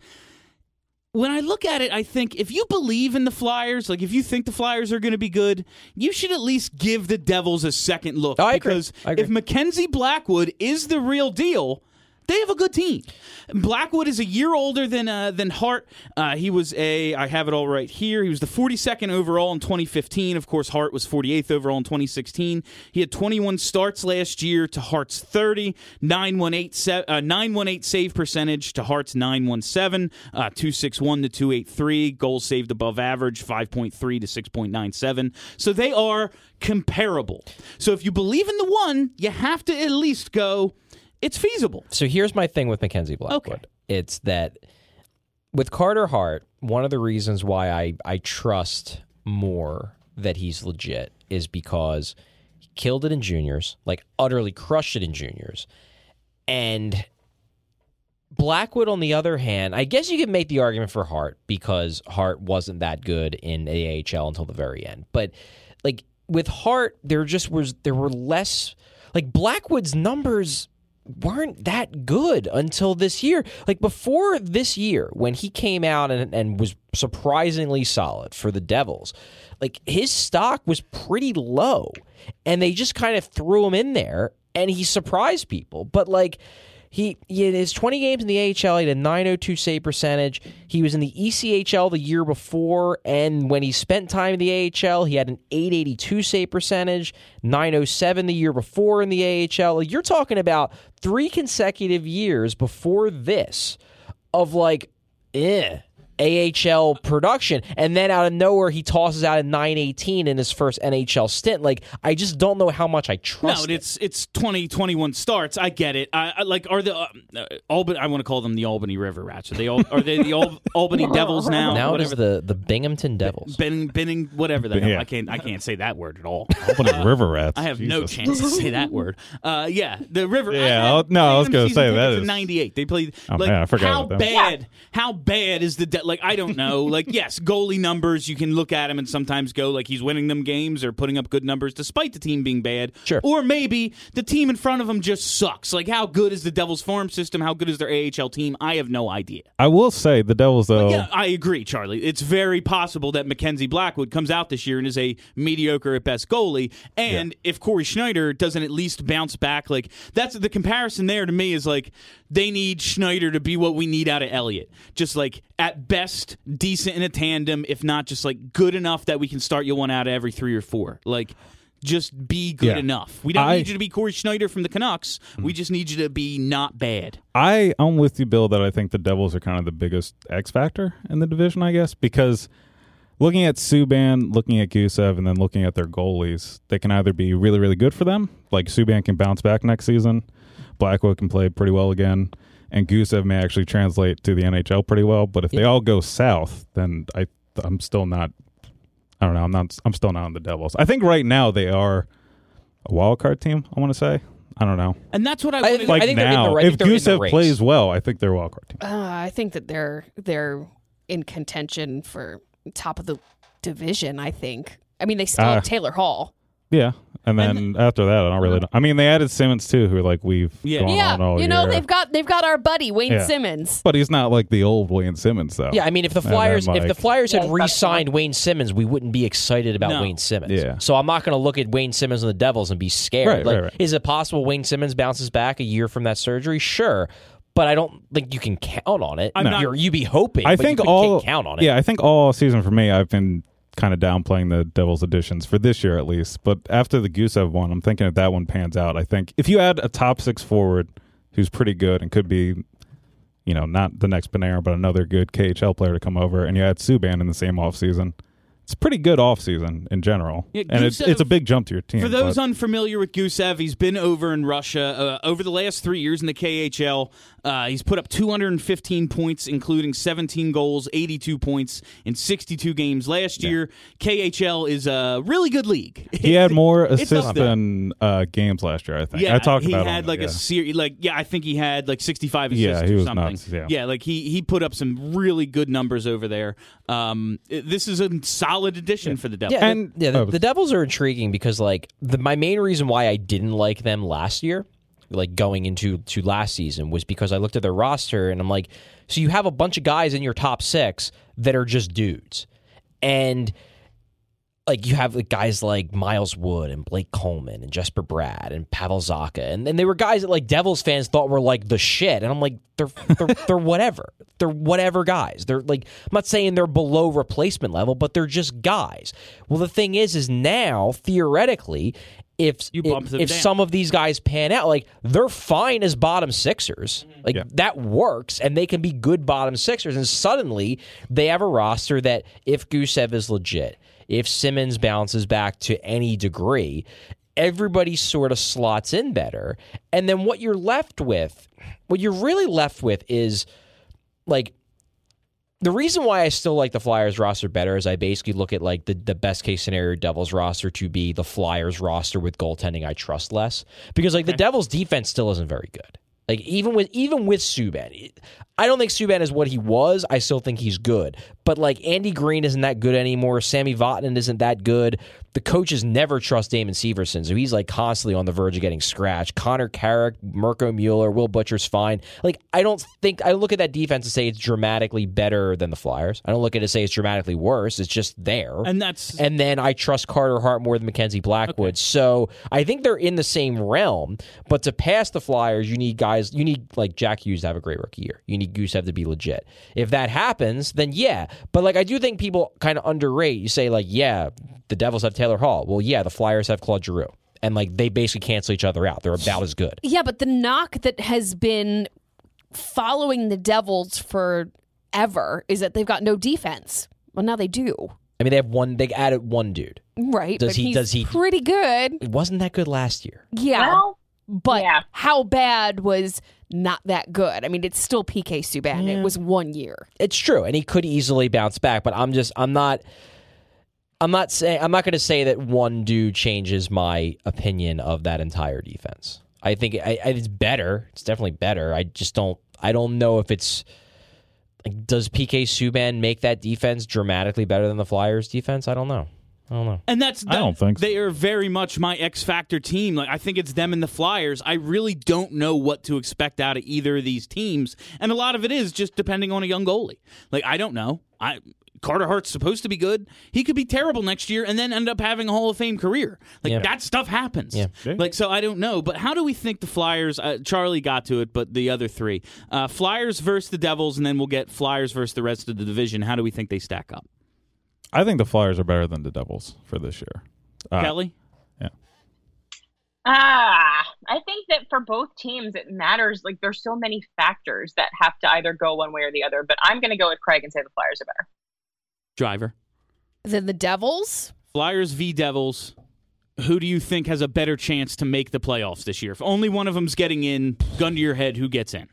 A: when I look at it, I think if you believe in the Flyers, like if you think the Flyers are going to be good, you should at least give the Devils a second look.
D: Oh, I agree.
A: because
D: I agree.
A: if Mackenzie Blackwood is the real deal, they have a good team. Blackwood is a year older than uh, than Hart. Uh, he was a I have it all right here. He was the 42nd overall in 2015. Of course, Hart was 48th overall in 2016. He had 21 starts last year to Hart's 30, 918 se- uh, 918 save percentage to Hart's 917, uh, 261 to 283, goals saved above average 5.3 to 6.97. So they are comparable. So if you believe in the one, you have to at least go it's feasible.
D: So here's my thing with Mackenzie Blackwood.
A: Okay.
D: It's that with Carter Hart, one of the reasons why I, I trust more that he's legit is because he killed it in juniors, like utterly crushed it in juniors. And Blackwood, on the other hand, I guess you could make the argument for Hart because Hart wasn't that good in the AHL until the very end. But like with Hart, there just was there were less like Blackwood's numbers weren't that good until this year. Like before this year, when he came out and, and was surprisingly solid for the Devils, like his stock was pretty low. And they just kind of threw him in there and he surprised people. But like he in his 20 games in the AHL, he had a 902 save percentage. He was in the E ECHL the year before, and when he spent time in the AHL, he had an 882 save percentage, 907 the year before in the AHL. You're talking about three consecutive years before this of like, eh. AHL production, and then out of nowhere he tosses out a 918 in his first NHL stint. Like I just don't know how much I
A: No,
D: trust. it.
A: it's it's 2021 starts. I get it. I, I like are the uh, uh, Albany. I want to call them the Albany River Rats. Are they all, are they the Al- Albany Devils now?
D: now it
A: whatever
D: is the the Binghamton Devils.
A: Benning, Benning, whatever the
B: Yeah.
A: hell. I can't I can't say that word at all.
B: Albany River Rats.
A: I have no
B: Jesus.
A: chance to say that word. Uh, yeah, the river.
B: Yeah,
A: I had
B: I'll- no, I was
A: Phantom
B: gonna
A: season
B: say that
A: tickets in
B: is-
A: '98. They played.
B: Oh,
A: like,
B: man, I forgot
A: how
B: about that.
A: bad? How bad is the de- like? I don't know. like, yes, goalie numbers. You can look at him and sometimes go like he's winning them games or putting up good numbers despite the team being bad.
D: Sure.
A: Or maybe the team in front of him just sucks. Like, how good is the Devils' farm system? How good is their AHL team? I have no idea.
B: I will say the Devils though.
A: Yeah, I agree, Charlie. It's very possible that Mackenzie Blackwood comes out this year and is a mediocre at best goalie. And if Corey Schneider doesn't at least bounce back, like that's the comparison there to me is like they need Schneider to be what we need out of Elliott. Just like at best decent in a tandem, if not just like good enough that we can start you one out of every three or four. Like just be good
B: Yeah.
A: enough. We don't
B: I- Mm.
A: need you to be Corey Schneider from the Canucks. We just need you to be not bad.
B: I I'm with you, Bill, that I think the Devils are kind of the biggest X factor in the division, I guess, because looking at Subban, looking at Gusev, and then looking at their goalies, they can either be really, really good for them, like Subban can bounce back next season, Blackwood can play pretty well again, and Gusev may actually translate to the NHL pretty well. But if they all go south, then I I'm still not I don't know, I'm not I'm still not on the Devils. I think right now they are a wild card team, I want to say. I don't know.
A: And that's what I,
D: I-
A: wanted-
D: I
B: Like
D: think they're in the
B: now,
D: ra- I
B: if
D: think they're in the
B: Gusev
D: race.
B: plays well, I think they're a wild card team.
C: Uh, I think that they're they're in contention for top of the division. I think. I mean, they still
B: Ah.
C: have Taylor Hall.
B: Yeah, and then after that, I don't really. Know. I mean, they added Simmons too, who like we've
A: Yeah.
B: gone
C: Yeah,
B: on all
C: you know
B: year.
C: they've got they've got our buddy Wayne
B: Yeah.
C: Simmons.
B: but he's not like the old Wayne Simmons though.
D: Yeah, I mean, if the
B: And then,
D: Flyers if the
B: like-
D: Flyers
E: Yeah,
D: had
E: it's not
D: re-signed Wayne Simmons, we wouldn't be excited about
A: No.
D: Wayne Simmons.
B: Yeah.
D: So I'm not going to look at Wayne Simmons and the Devils and be scared.
B: Right,
D: like,
B: right, right.
D: is it possible Wayne Simmons bounces back a year from that surgery? Sure, but I don't think you can count on it.
A: I'm No. not-
D: You're, you'd be hoping.
B: I
D: but you
B: think
D: could-
B: all
D: can't count on it.
B: Yeah, I think all season for me, I've been kind of downplaying the Devils additions for this year at least. But after the Gusev one, I'm thinking if that one pans out, I think if you add a top six forward who's pretty good and could be, you know, not the next Panera, but another good KHL player to come over, and you add Subban in the same offseason, it's a pretty good offseason in general,
A: Yeah,
B: and it's,
A: Gusev-
B: it's a big jump to your team.
A: For those
B: but-
A: unfamiliar with Gusev, he's been over in Russia uh, over the last three years in the KHL. Uh, he's put up 215 points, including 17 goals, 82 points in 62 games last year. KHL is a really good league.
B: he had more
A: It's up
B: assists
A: there.
B: than uh, games last year. I think.
A: Yeah,
B: I talked
A: he
B: about
A: had
B: him,
A: like
B: yeah.
A: a series, like yeah, I think he had like sixty-five assists
B: Yeah, he
A: or
B: was
A: something.
B: nuts, yeah.
A: like he he put up some really good numbers over there. Um, it- this is a solid addition for the Devils.
D: Yeah,
B: And-
D: the, yeah, the,
B: oh.
D: the Devils are intriguing because like the, my main reason why I didn't like them last year, like going into to last season, was because I looked at their roster and I'm like, so you have a bunch of guys in your top six that are just dudes, and like you have like, guys like Miles Wood and Blake Coleman and Jesper Brad and Pavel Zaka and, and they were guys that like Devils fans thought were like the shit and I'm like they're they're, they're whatever they're whatever guys they're like I'm not saying they're below replacement level but they're just guys well the thing is is now theoretically if
A: You bump
D: if,
A: them
D: if
A: down.
D: some of these guys pan out like they're fine as bottom sixers like
B: Yeah.
D: that works and they can be good bottom sixers and suddenly they have a roster that if Gusev is legit if Simmons bounces back to any degree, everybody sort of slots in better. And then what you're left with, what you're really left with is like the reason why I still like the Flyers roster better is I basically look at like the, the best case scenario Devils roster to be the Flyers roster with goaltending I trust less because like the Devils defense still isn't very good. Like even with even with Subban, I don't think Subban is what he was. I still think he's good, but like Andy Green isn't that good anymore. Sammy Vatanen isn't that good. the coaches never trust Damon Severson, so he's like constantly on the verge of getting scratched. Connor Carrick, Mirko Mueller, Will Butcher's fine. Like I don't think I look at that defense and say it's dramatically better than the Flyers. I don't look at it and say it's dramatically worse. It's just there.
A: And that's
D: And then I trust Carter Hart more than Mackenzie Blackwood. So I think they're in the same realm. But to pass the Flyers, you need guys, you need like Jack Hughes to have a great rookie year. You need Goose to have to be legit. If that happens, then yeah. But like I do think people kind of underrate. You say like, yeah, the Devils have Taylor Hall. Well, yeah, the Flyers have Claude Giroux. And like they basically cancel each other out. They're about as good.
C: Yeah, but the knock that has been following the Devils forever is that they've got no defense. Well, now they do,
D: I mean, they have one. They added one dude.
C: right?
D: Does
C: but
D: he-
C: He's
D: does he-
C: Pretty good.
D: It wasn't that good last year.
C: Yeah,
E: Well,
C: but
E: yeah.
C: how bad was not that good? I mean, it's still PK Subban. It was one year.
D: it's true and he could easily bounce back but i'm just i'm not i'm not saying i'm not going to say that one dude changes my opinion of that entire defense i think I, I, it's better it's definitely better i just don't i don't know if it's like, does pk subban make that defense dramatically better than the flyers defense i don't know i don't know
A: And that's
B: I don't think so.
A: they are very much my X factor team. Like I think it's them and the Flyers. I really don't know what to expect out of either of these teams, and a lot of it is just depending on a young goalie. Like I don't know. I Carter Hart's supposed to be good. He could be terrible next year and then end up having a Hall of Fame career. Like
D: Yeah.
A: that stuff happens.
D: Yeah.
A: Like so I don't know. But how do we think the Flyers? Uh, Charlie got to it, but the other three uh, Flyers versus the Devils, and then we'll get Flyers versus the rest of the division. How do we think they stack up?
B: I think the Flyers are better than the Devils for this year. Uh,
A: Kelly.
E: Ah, I think that for both teams, it matters. Like, there's so many factors that have to either go one way or the other. But I'm going to go with Craig and say the Flyers are better.
A: Driver.
C: Then the Devils.
A: Flyers v Devils. Who do you think has a better chance to make the playoffs this year? If only one of them's getting in, gun to your head, who gets in?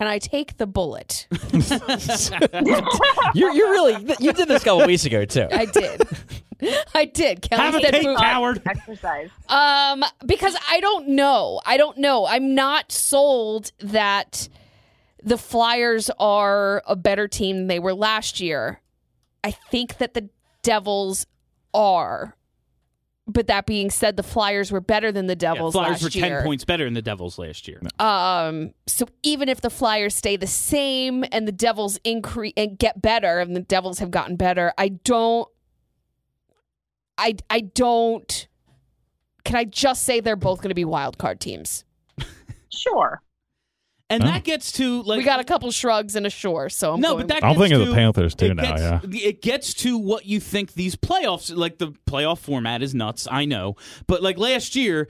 C: Can I take the bullet?
D: you're, you're really you did this a couple weeks ago too
C: I did. I did. Kelly
A: Have a
C: said
A: cake,
C: boot.
A: coward.
E: Exercise.
C: Um, because I don't know. I don't know. I'm not sold that the Flyers are a better team than they were last year. I think that the Devils are. But that being said, the Flyers were better than the
A: Yeah,
C: Devils
A: Flyers
C: last
A: were ten
C: year.
A: points better than the Devils last year.
C: Um, so even if the Flyers stay the same and the Devils increase and get better, and the Devils have gotten better, I don't. I I don't. Can I just say they're both going to be wild card teams?
E: Sure.
A: And
B: Oh.
A: that gets to like
C: We got a couple shrugs and a shore, so I'm
A: no,
C: going
A: but that
B: I'm
A: gets
B: thinking of the
A: to-
B: Panthers too
A: it
B: now,
A: Gets,
B: yeah.
A: It gets to what you think these playoffs, like the playoff format is nuts, I know. But like last year,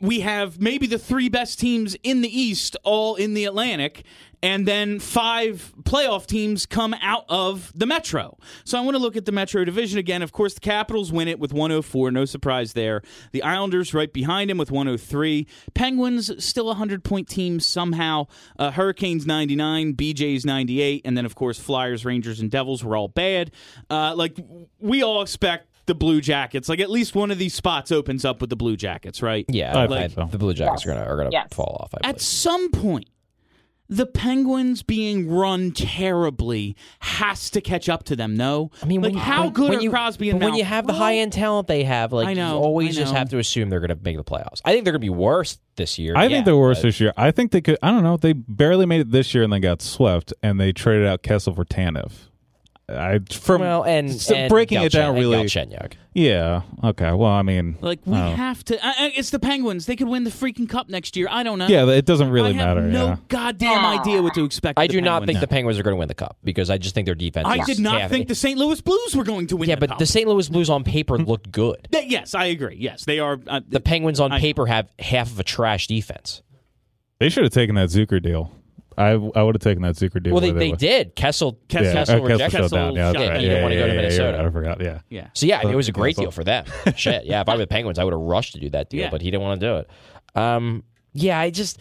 A: we have maybe the three best teams in the East all in the Atlantic, and then five playoff teams come out of the Metro. So I want to look at the Metro division again. Of course, the Capitals win it with 104, no surprise there. The Islanders right behind him with 103. Penguins still a 100 point team somehow. Uh, Hurricanes 99, BJ's 98, and then of course Flyers, Rangers, and Devils were all bad. Uh, like we all expect the Blue Jackets. Like at least one of these spots opens up with the Blue Jackets, right?
D: yeah
B: I
D: like,
B: think so.
D: the blue jackets are gonna are gonna
E: Yes.
D: fall off I
A: At
D: believe.
A: some point, the Penguins being run terribly has to catch up to them. No,
D: I mean,
A: like
D: when, you-
A: how
D: when-
A: good
D: when
A: are
D: you,
A: Crosby
D: but
A: and
D: when
A: Malkin?
D: you have the high end talent they have, like
A: I know,
D: you always
A: I
D: just
A: know.
D: have to assume they're going to make the playoffs. I think they're going to be worse this year.
B: I
D: yeah,
B: think they're worse
D: but-
B: this year. I think they could. I don't know. They barely made it this year and they got swept, and they traded out Kessel for Tanev. I from
D: Well, and,
B: so
D: and
B: breaking it
D: Galchenyuk-
B: down
D: and
B: really.
D: Galchenyuk.
B: Yeah. Okay. Well, I mean,
A: Like we
B: Oh.
A: have to. I, I, it's the Penguins. They could win the freaking cup next year. I don't know.
B: yeah, it doesn't really
A: I have
B: matter.
A: no
B: yeah.
A: goddamn idea what to expect.
D: I
A: of the
D: do not
A: Penguins.
D: think the Penguins are going to win the cup because I just think their defense.
A: I
D: is
A: did not
D: half-
A: think the St. Louis Blues were going to win.
D: Yeah,
A: the
D: but the St. Louis Blues on paper looked good.
A: Th- yes, I agree. Yes, they are. Uh,
D: The Penguins on
A: I-
D: paper have half of a trash defense.
B: They should have taken that Zucker deal. I I would have taken that Zucker deal.
D: Well, they,
B: whether
D: they
B: was-
D: did. Kessel,
B: Yeah,
D: Kessel,
B: uh, Kessel,
D: rejected.
B: shut down.
A: Kessel
B: Yeah, that's
A: shut down.
B: right. yeah,
D: He didn't wanna go to
B: yeah, yeah, you're
D: Minnesota.
B: right. I forgot. Yeah.
A: yeah.
D: So yeah, I mean, it was a great
B: Kessel.
D: deal for them. Shit, yeah. If I were the Penguins, I would have rushed to do that deal,
A: Yeah.
D: but he didn't want to do it. Um, yeah, I just,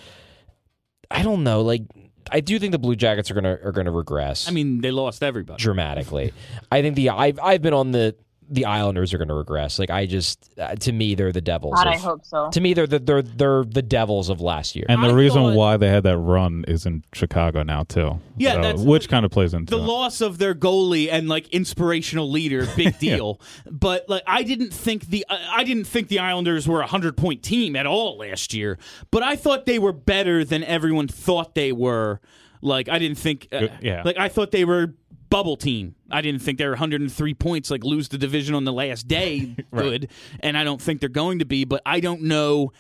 D: I don't know. Like, I do think the Blue Jackets are gonna are gonna regress.
A: I mean, they lost everybody.
D: dramatically. I think the I've I've been on the the Islanders are going to regress. Like I just, uh, to me, they're the devils.
E: God, I
D: of-
E: hope so.
D: To me, they're the, they're they're the devils of last year.
B: And the
A: I
B: reason
A: thought-
B: why they had that run is in Chicago now too.
A: Yeah,
B: So,
A: that's-
B: which kind of plays into
A: the
B: it.
A: loss of their goalie and like inspirational leader big deal but like i didn't think the uh, I i didn't think the islanders were a 100 point team at all last year but i thought they were better than everyone thought they were like i didn't think uh,
B: yeah.
A: like i thought they were bubble team i didn't think they were 103 points like lose the division on the last day good and i don't think they're going to be but i don't know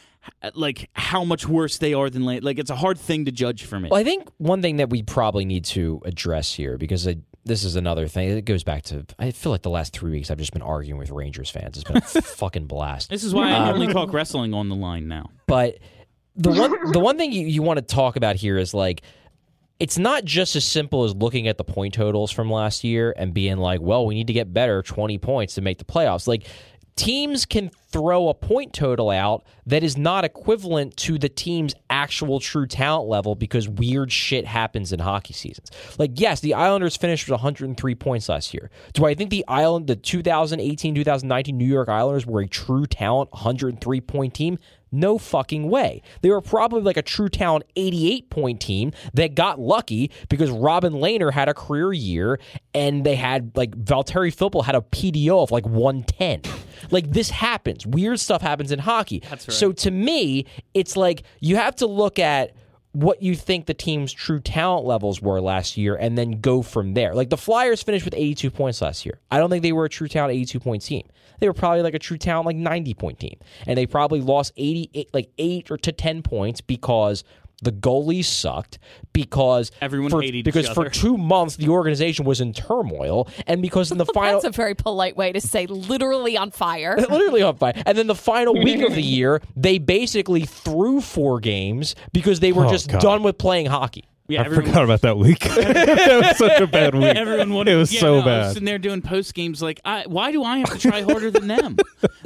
A: h- like how much worse they are than la- like it's a hard thing to judge for me
D: Well, I think one thing that we probably need to address here, because I, this is another thing, it goes back to I feel like the last three weeks I've just been arguing with Rangers fans. It's been a fucking blast.
A: this is why i only talk wrestling on the line now
D: But the one the one thing you, you want to talk about here is like it's not just as simple as looking at the point totals from last year and being like, well, we need to get better 20 points to make the playoffs. Like teams can throw a point total out that is not equivalent to the team's actual true talent level because weird shit happens in hockey seasons. Like yes, the Islanders finished with 103 points last year. Do I think the Island the 2018-2019 New York Islanders were a true talent 103 point team? No fucking way. They were probably like a true town 88 point team that got lucky because Robin Lehner had a career year and they had like Valteri Filppel had a PDO of like 110. like this happens. Weird stuff happens in hockey. So to me, it's like you have to look at what you think the team's true talent levels were last year and then go from there. Like the Flyers finished with 82 points last year. I don't think they were a true talent 82 point team. They were probably like a true talent like 90 point team. And they probably lost 88 like 8 or to 10 points because the goalies sucked because
A: Everyone
D: for,
A: hated each
D: because for
A: other.
D: two months the organization was in turmoil and because in the final
C: That's a very polite way to say literally on fire.
D: literally on fire. And then the final week of the year, they basically threw four games because they were
B: Oh,
D: just
B: God.
D: done with playing hockey.
A: yeah
B: I forgot about that week. that was such a bad week.
A: Everyone wanted.
B: it was
A: yeah,
B: so
A: no, I was
B: bad.
A: sitting there doing post games, like, I, why do I have to try harder than them?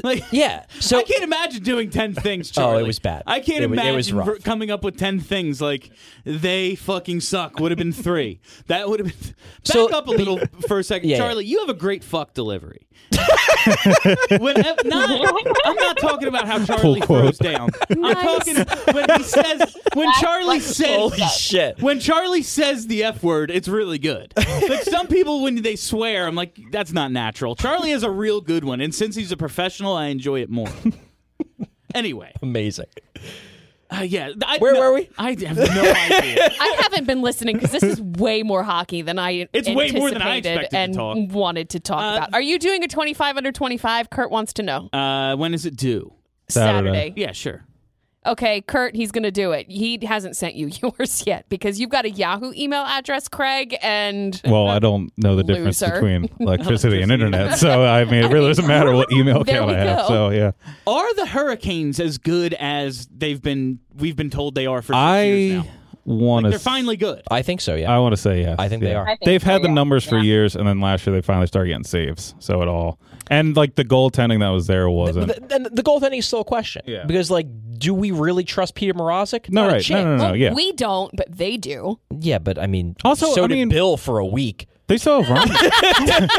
A: Like,
D: Yeah. So
A: I can't imagine doing ten things.
D: Oh, it
A: Charlie.
D: was bad.
A: I can't
D: It wa-
A: imagine
D: it was rough.
A: ver- coming up with ten things like they fucking suck. Would have been three. that would have been. Back
D: So-
A: up a little for a second,
D: Yeah, yeah.
A: Charlie. You have a great fuck delivery. when not, I'm not talking about how Charlie
B: quote.
A: throws down. I'm talking when he says when Charlie says
D: holy shit.
A: when Charlie says the F word, it's really good. Like some people, when they swear, I'm like, that's not natural. Charlie has a real good one, and since he's a professional, I enjoy it more. Anyway,
D: Amazing.
A: uh, yeah. I,
D: Where
A: no-
D: were we?
A: I have no idea.
C: I haven't been listening because this is way more hockey than I
A: It's way more than I
C: anticipated
A: expected to
C: and
A: talk.
C: wanted to talk about. Are you doing a 25 under 25? Kurt wants to know.
A: Uh, when is it due?
B: Saturday.
C: Saturday.
A: Yeah, sure.
C: Okay, Kurt, he's going to do it. He hasn't sent you yours yet because you've got a Yahoo email address, Craig, and
B: Well, I don't know the difference
C: Loser.
B: between electricity and internet, so I mean, it really doesn't matter what email
C: There
B: account
C: we
B: I have.
C: go.
B: So yeah,
A: Are the Hurricanes as good as they've been? We've been told they are for six years now.
B: I want
A: They're
B: to.
A: finally good.
D: I think so, yeah.
B: I want to say yes.
D: I think
B: yeah.
D: they are. I
E: think
B: They've
E: so,
B: had the
E: yeah.
B: numbers for years, and then last year they finally started getting saves. So it all and like the goaltending that was there wasn't.
D: Th- then the goaltending is still a question.
B: Yeah.
D: Because like, do we really trust Peter Morozic?
B: no,
D: Not a
B: right? No,
D: chance.
B: no, no,
C: Well,
B: Yeah,
C: we don't, but they do.
D: Yeah, but I mean,
B: Also,
D: so
B: I
D: did
B: mean-
D: Bill for a week.
B: they still have Reimer.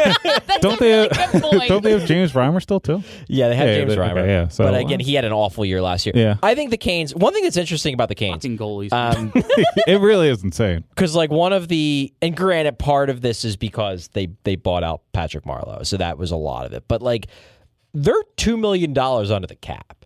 B: don't they? Have, don't they have James Reimer still too?
D: Yeah, they had
B: Yeah,
D: James
B: they-
D: Reimer.
B: okay, yeah, so-
D: but again, he had an awful year last year.
B: Yeah.
D: I think the Canes. One thing that's interesting about the Canes,
A: Fucking goalies.
D: um,
B: it really is insane.
D: because like one of the and granted part of this is because they they bought out Patrick Marlowe, so that was a lot of it. But like they're two million dollars under the cap,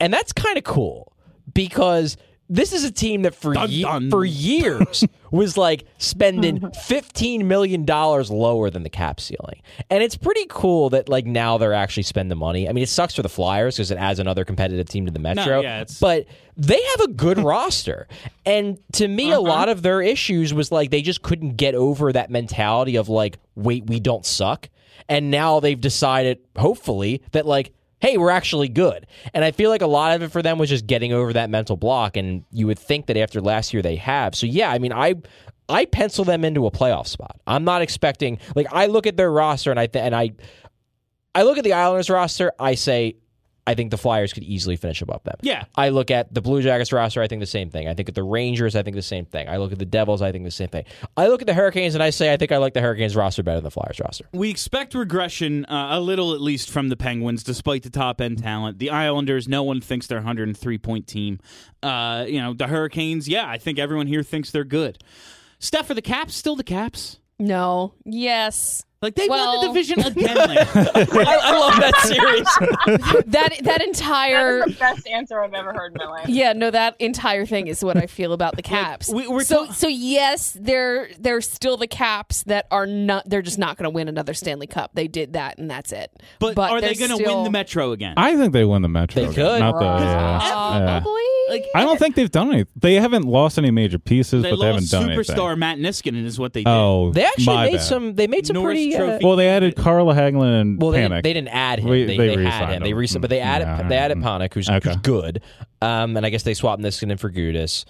D: and that's kind of cool because this is a team that for ye-
A: dun.
D: for years was like spending fifteen million dollars lower than the cap ceiling, and it's pretty cool that like now they're actually spending money. I mean, it sucks for the Flyers because it adds another competitive team to the Metro,
A: yeah, it's-
D: but they have a good roster. And to me, a lot of their issues was like they just couldn't get over that mentality of like, wait, we don't suck. And now they've decided, hopefully, that like, hey, we're actually good. And I feel like a lot of it for them was just getting over that mental block. And you would think that after last year they have. So yeah, I mean, I I pencil them into a playoff spot. I'm not expecting like I look at their roster and I th- and I I look at the Islanders roster. I say I think the Flyers could easily finish above them.
A: Yeah.
D: I look at the Blue Jackets roster, I think the same thing. I think at the Rangers, I think the same thing. I look at the Devils, I think the same thing. I look at the Hurricanes and I say I think I like the Hurricanes roster better than the Flyers roster.
A: We expect regression, uh, a little at least, from the Penguins, despite the top end talent. The Islanders, no one thinks they're a 103 point team. Uh, you know, the Hurricanes, yeah, I think everyone here thinks they're good. Steph, are the Caps still the Caps?
C: No. Yes.
A: Like, they won the
C: Well-
A: division again. Like,
D: I, I love that series.
C: That that entire
E: That is the best answer I've ever heard in my life.
C: Yeah, no, that entire thing is what I feel about the Caps.
A: we- we're
C: so,
A: ta-
C: so yes, they're they're still the Caps that are not. They're just not going to win another Stanley Cup. They did that, and that's it.
A: but, are they
C: they're
A: going to
C: still-
A: win the Metro again?
B: I think they win the Metro.
D: They
B: game,
D: could.
B: Not the,
C: Uh,
B: yeah. Yeah.
C: Probably.
A: like,
B: I don't think they've done any. They haven't lost any major pieces,
A: they
B: but they haven't
A: lost
B: done
A: superstar
B: anything.
A: Matt Niskanen, is what they did.
B: Oh,
D: They actually
B: my
D: made
B: bad.
D: some they made some
A: Norris
D: pretty uh,
A: Trophy.
B: Well, they added Carla Hagelin and
D: Well, they, didn't-
B: Panic.
D: they didn't add him.
B: We-
D: they,
B: they
D: they had
B: re-signed
D: him. They
B: him.
D: re-signed, but they added
B: Yeah,
D: they added
B: mm.
D: Ponick, who's,
B: Okay.
D: who's good. Um, and I guess they swapped Niskanen for Gudis.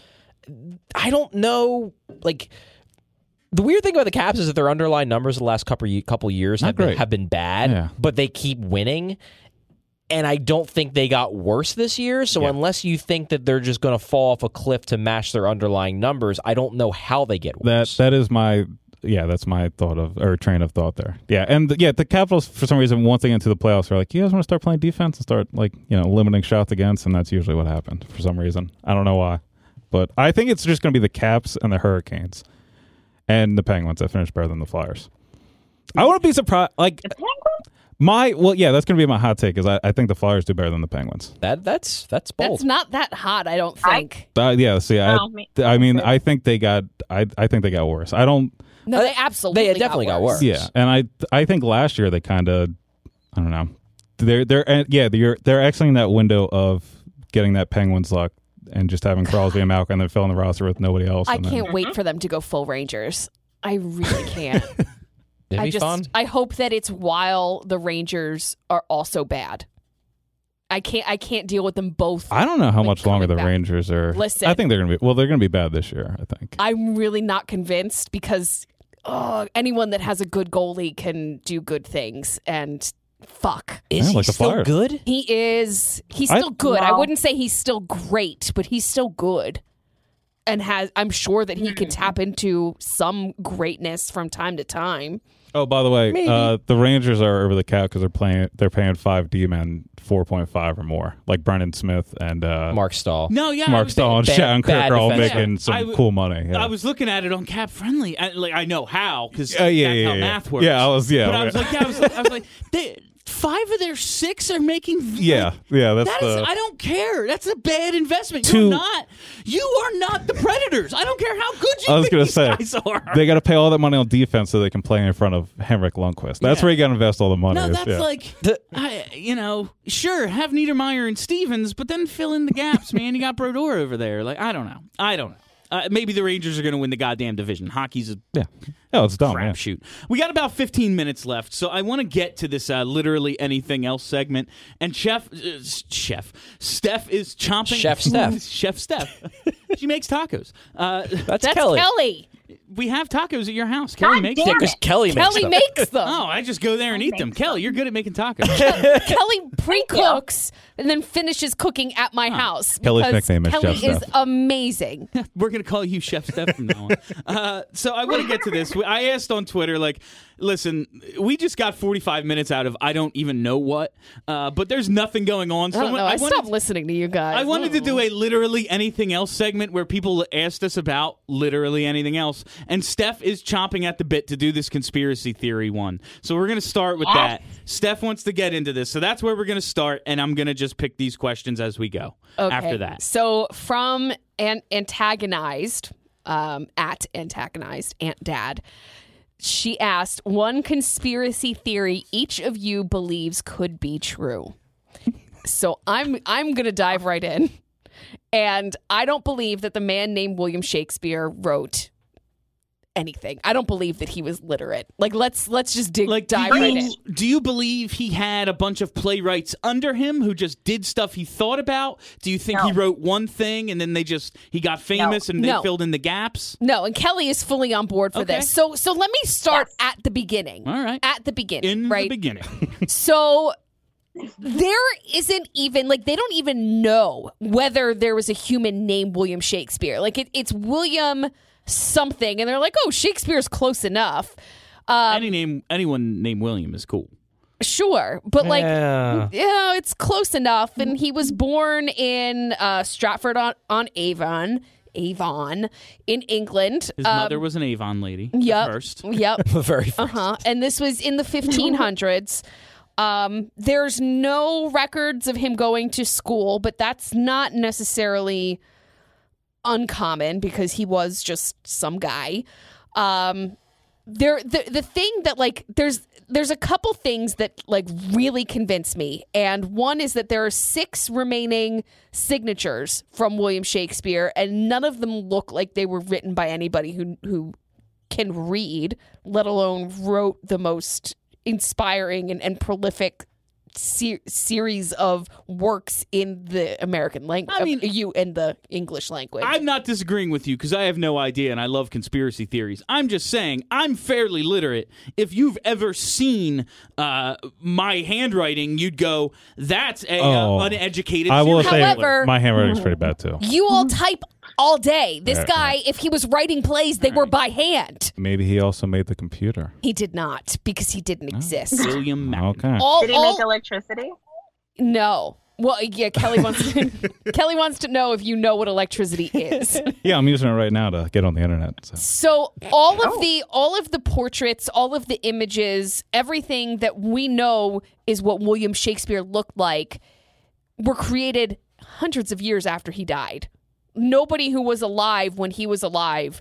D: I don't know. Like the weird thing about the Caps is that their underlying numbers the last couple ye- couple years
B: Not
D: have been,
B: great.
D: have been bad,
B: Yeah.
D: but they keep winning. And I don't think they got worse this year. So unless you think that they're just going to fall off a cliff to match their underlying numbers, I don't know how they get
B: That
D: worse.
B: that is my yeah. That's my thought of or train of thought there. Yeah, and the, yeah, the Capitals for some reason once they get into the playoffs are like, you guys want to start playing defense and start like you know limiting shots against, and that's usually what happened for some reason. I don't know why, but I think it's just going to be the Caps and the Hurricanes and the Penguins that finish better than the Flyers. I wouldn't be surprised. Like my well, yeah, that's going to be my hot take. Is I, I think the Flyers do better than the Penguins.
D: that that's that's bold.
C: That's not that hot. I don't think.
B: Uh, yeah, see, I,
E: Oh, me-
B: I mean, I think they got, I, I think they got worse. I don't.
C: no, they absolutely.
D: they definitely got worse.
B: Yeah, and I I think last year they kind of I don't know they're they're and yeah they're they're exiting that window of getting that Penguins luck and just having Crosby and Malkin and then filling the roster with nobody else.
C: I
B: and then-
C: can't wait for them to go full Rangers. I really can't.
D: It'd
C: I
D: be
C: just
D: fun.
C: I hope that it's while the Rangers are also bad. I can't I can't deal with them both.
B: I don't know how
C: Like,
B: much longer the
C: coming back.
B: Rangers are.
C: Listen.
B: I think they're gonna be well. They're gonna be bad this year. I think.
C: I'm really not convinced because oh, anyone that has a good goalie can do good things and fuck.
D: Is
B: Yeah,
D: he
B: like the
D: still
B: Flyers.
D: good?
C: He is he's
B: I-
C: still good. I
E: No.
C: wouldn't say he's still great, but he's still good. And has I'm sure that he could tap into some greatness from time to time.
B: Oh, by the way, uh, the Rangers are over the cap because they're playing. They're paying five D men four point five or more, like Brendan Smith and uh,
D: Mark Stahl.
A: No, yeah. I
B: Mark
A: was
B: Stahl and
D: bad-
B: Shattenkirk
D: bad
B: are all
D: defense.
B: making
A: Yeah.
B: some
A: I w-
B: cool money.
A: I
B: Yeah.
A: was looking at it on Cap Friendly. I, like I know how because
B: Uh, yeah,
A: that's
B: yeah,
A: how
B: yeah,
A: math
B: yeah.
A: works.
B: Yeah, I was- yeah,
A: But I
B: yeah.
A: was like, yeah, I was like, I was like they, five of their six are making.
B: yeah, yeah. That's
A: That
B: the,
A: is, I don't care. That's a bad investment.
B: Two-
A: You're not. You are not the Predators. I don't care how good you
B: I was
A: going to
B: gonna say
A: guys are.
B: they got to pay all that money on defense so they can play in front of Henrik Lundqvist. That's
A: Yeah.
B: where you got to invest all the money.
A: no,
B: is,
A: that's
B: yeah.
A: like, I, you know, sure, have Niedermeyer and Stevens, but then fill in the gaps, man. You got Brodeur over there. Like, I don't know. I don't know. Uh, maybe the Rangers are going to win the goddamn division. Hockey's a
B: yeah. No, Oh, it's dumb. Yeah.
A: crapshoot. We got about 15 minutes left, so I want to get to this uh, literally anything else segment. And Chef, uh, Chef, Steph is chomping.
D: Chef Steph.
A: Chef Steph. she makes tacos. Uh,
D: That's,
C: That's
D: Kelly.
C: Kelly.
A: we have tacos at your house. Kelly
E: God
A: makes
E: damn
A: them.
D: Because Kelly,
C: Kelly
D: makes
C: makes them.
A: Oh, I just go there and eat them. Kelly, you're good at making tacos.
C: Kelly pre-cooks and then finishes cooking at my house.
B: Kelly's
C: because
B: nickname is
C: Kelly
B: Chef
C: is
B: Steph.
C: amazing.
A: We're gonna call you Chef Steph from now on. Uh, so I want to get to this. I asked on Twitter, like, listen, we just got 45 minutes out of I don't even know what, uh, but there's nothing going on. So
C: I don't know. I,
A: wanted-
C: stopped listening to you guys.
A: I wanted to do a literally anything else segment where people asked us about literally anything else, and Steph is chomping at the bit to do this conspiracy theory one. So we're gonna start
C: Ah.
A: with that. Steph wants to get into this, so that's where we're gonna start, and I'm gonna just pick these questions as we go.
C: Okay.
A: After that,
C: So from an antagonized, um, at antagonized Aunt Dad, she asked one conspiracy theory each of you believes could be true. so I'm I'm gonna dive right in, and I don't believe that the man named William Shakespeare wrote anything. I don't believe that he was literate. Like let's let's just dig
A: like
C: dive
A: do you,
C: right in.
A: do you believe he had a bunch of playwrights under him who just did stuff he thought about do you think he
E: No.
A: wrote one thing and then they just he got famous and they
C: No.
A: filled in the gaps
C: No, and Kelly is fully on board for
A: Okay.
C: this. So so let me start at the beginning.
A: All right.
C: At the beginning.
A: in
C: right.
A: the beginning
C: so there isn't even like they don't even know whether there was a human named William Shakespeare. Like it, it's William something, and they're like, oh, Shakespeare's close enough. Um,
A: Any name, anyone named William is cool.
C: sure, but like,
D: Yeah.
C: you know, it's close enough. And he was born in uh, Stratford on, on Avon, Avon, in England.
A: His
C: Um,
A: mother was an Avon lady. at
C: yep.
A: First.
C: Yep.
D: Very
C: Uh huh. And this was in the 1500s. Um, there's no records of him going to school, but that's not necessarily uncommon because he was just some guy. Um, there, the the thing that like there's there's a couple things that like really convince me, and one is that there are six remaining signatures from William Shakespeare, and none of them look like they were written by anybody who who can read, let alone wrote the most inspiring and, and prolific se- series of works in the American language. uh,
A: I mean-
C: you in the English language.
A: I'm not disagreeing with you because I have no idea and I love conspiracy theories. I'm just saying I'm fairly literate. If you've ever seen uh, my handwriting, you'd go, "That's a
B: Oh.
A: uh, uneducated."
B: I will
A: serial
B: say
A: killer."
C: However-
B: my handwriting's pretty bad too.
C: you all type all day. This
B: Right,
C: guy, if he was writing plays, they were by hand.
B: Maybe he also made the computer.
C: He did not because he didn't exist.
A: William Mac.
B: Okay.
C: All,
E: Did he
C: all-
E: make electricity?
C: no. Well, yeah, Kelly wants to, Kelly wants to know if you know what electricity is.
B: Yeah, I'm using it right now to get on the internet. So.
C: So all of the all of the portraits, all of the images, everything that we know is what William Shakespeare looked like were created hundreds of years after he died. Nobody who was alive when he was alive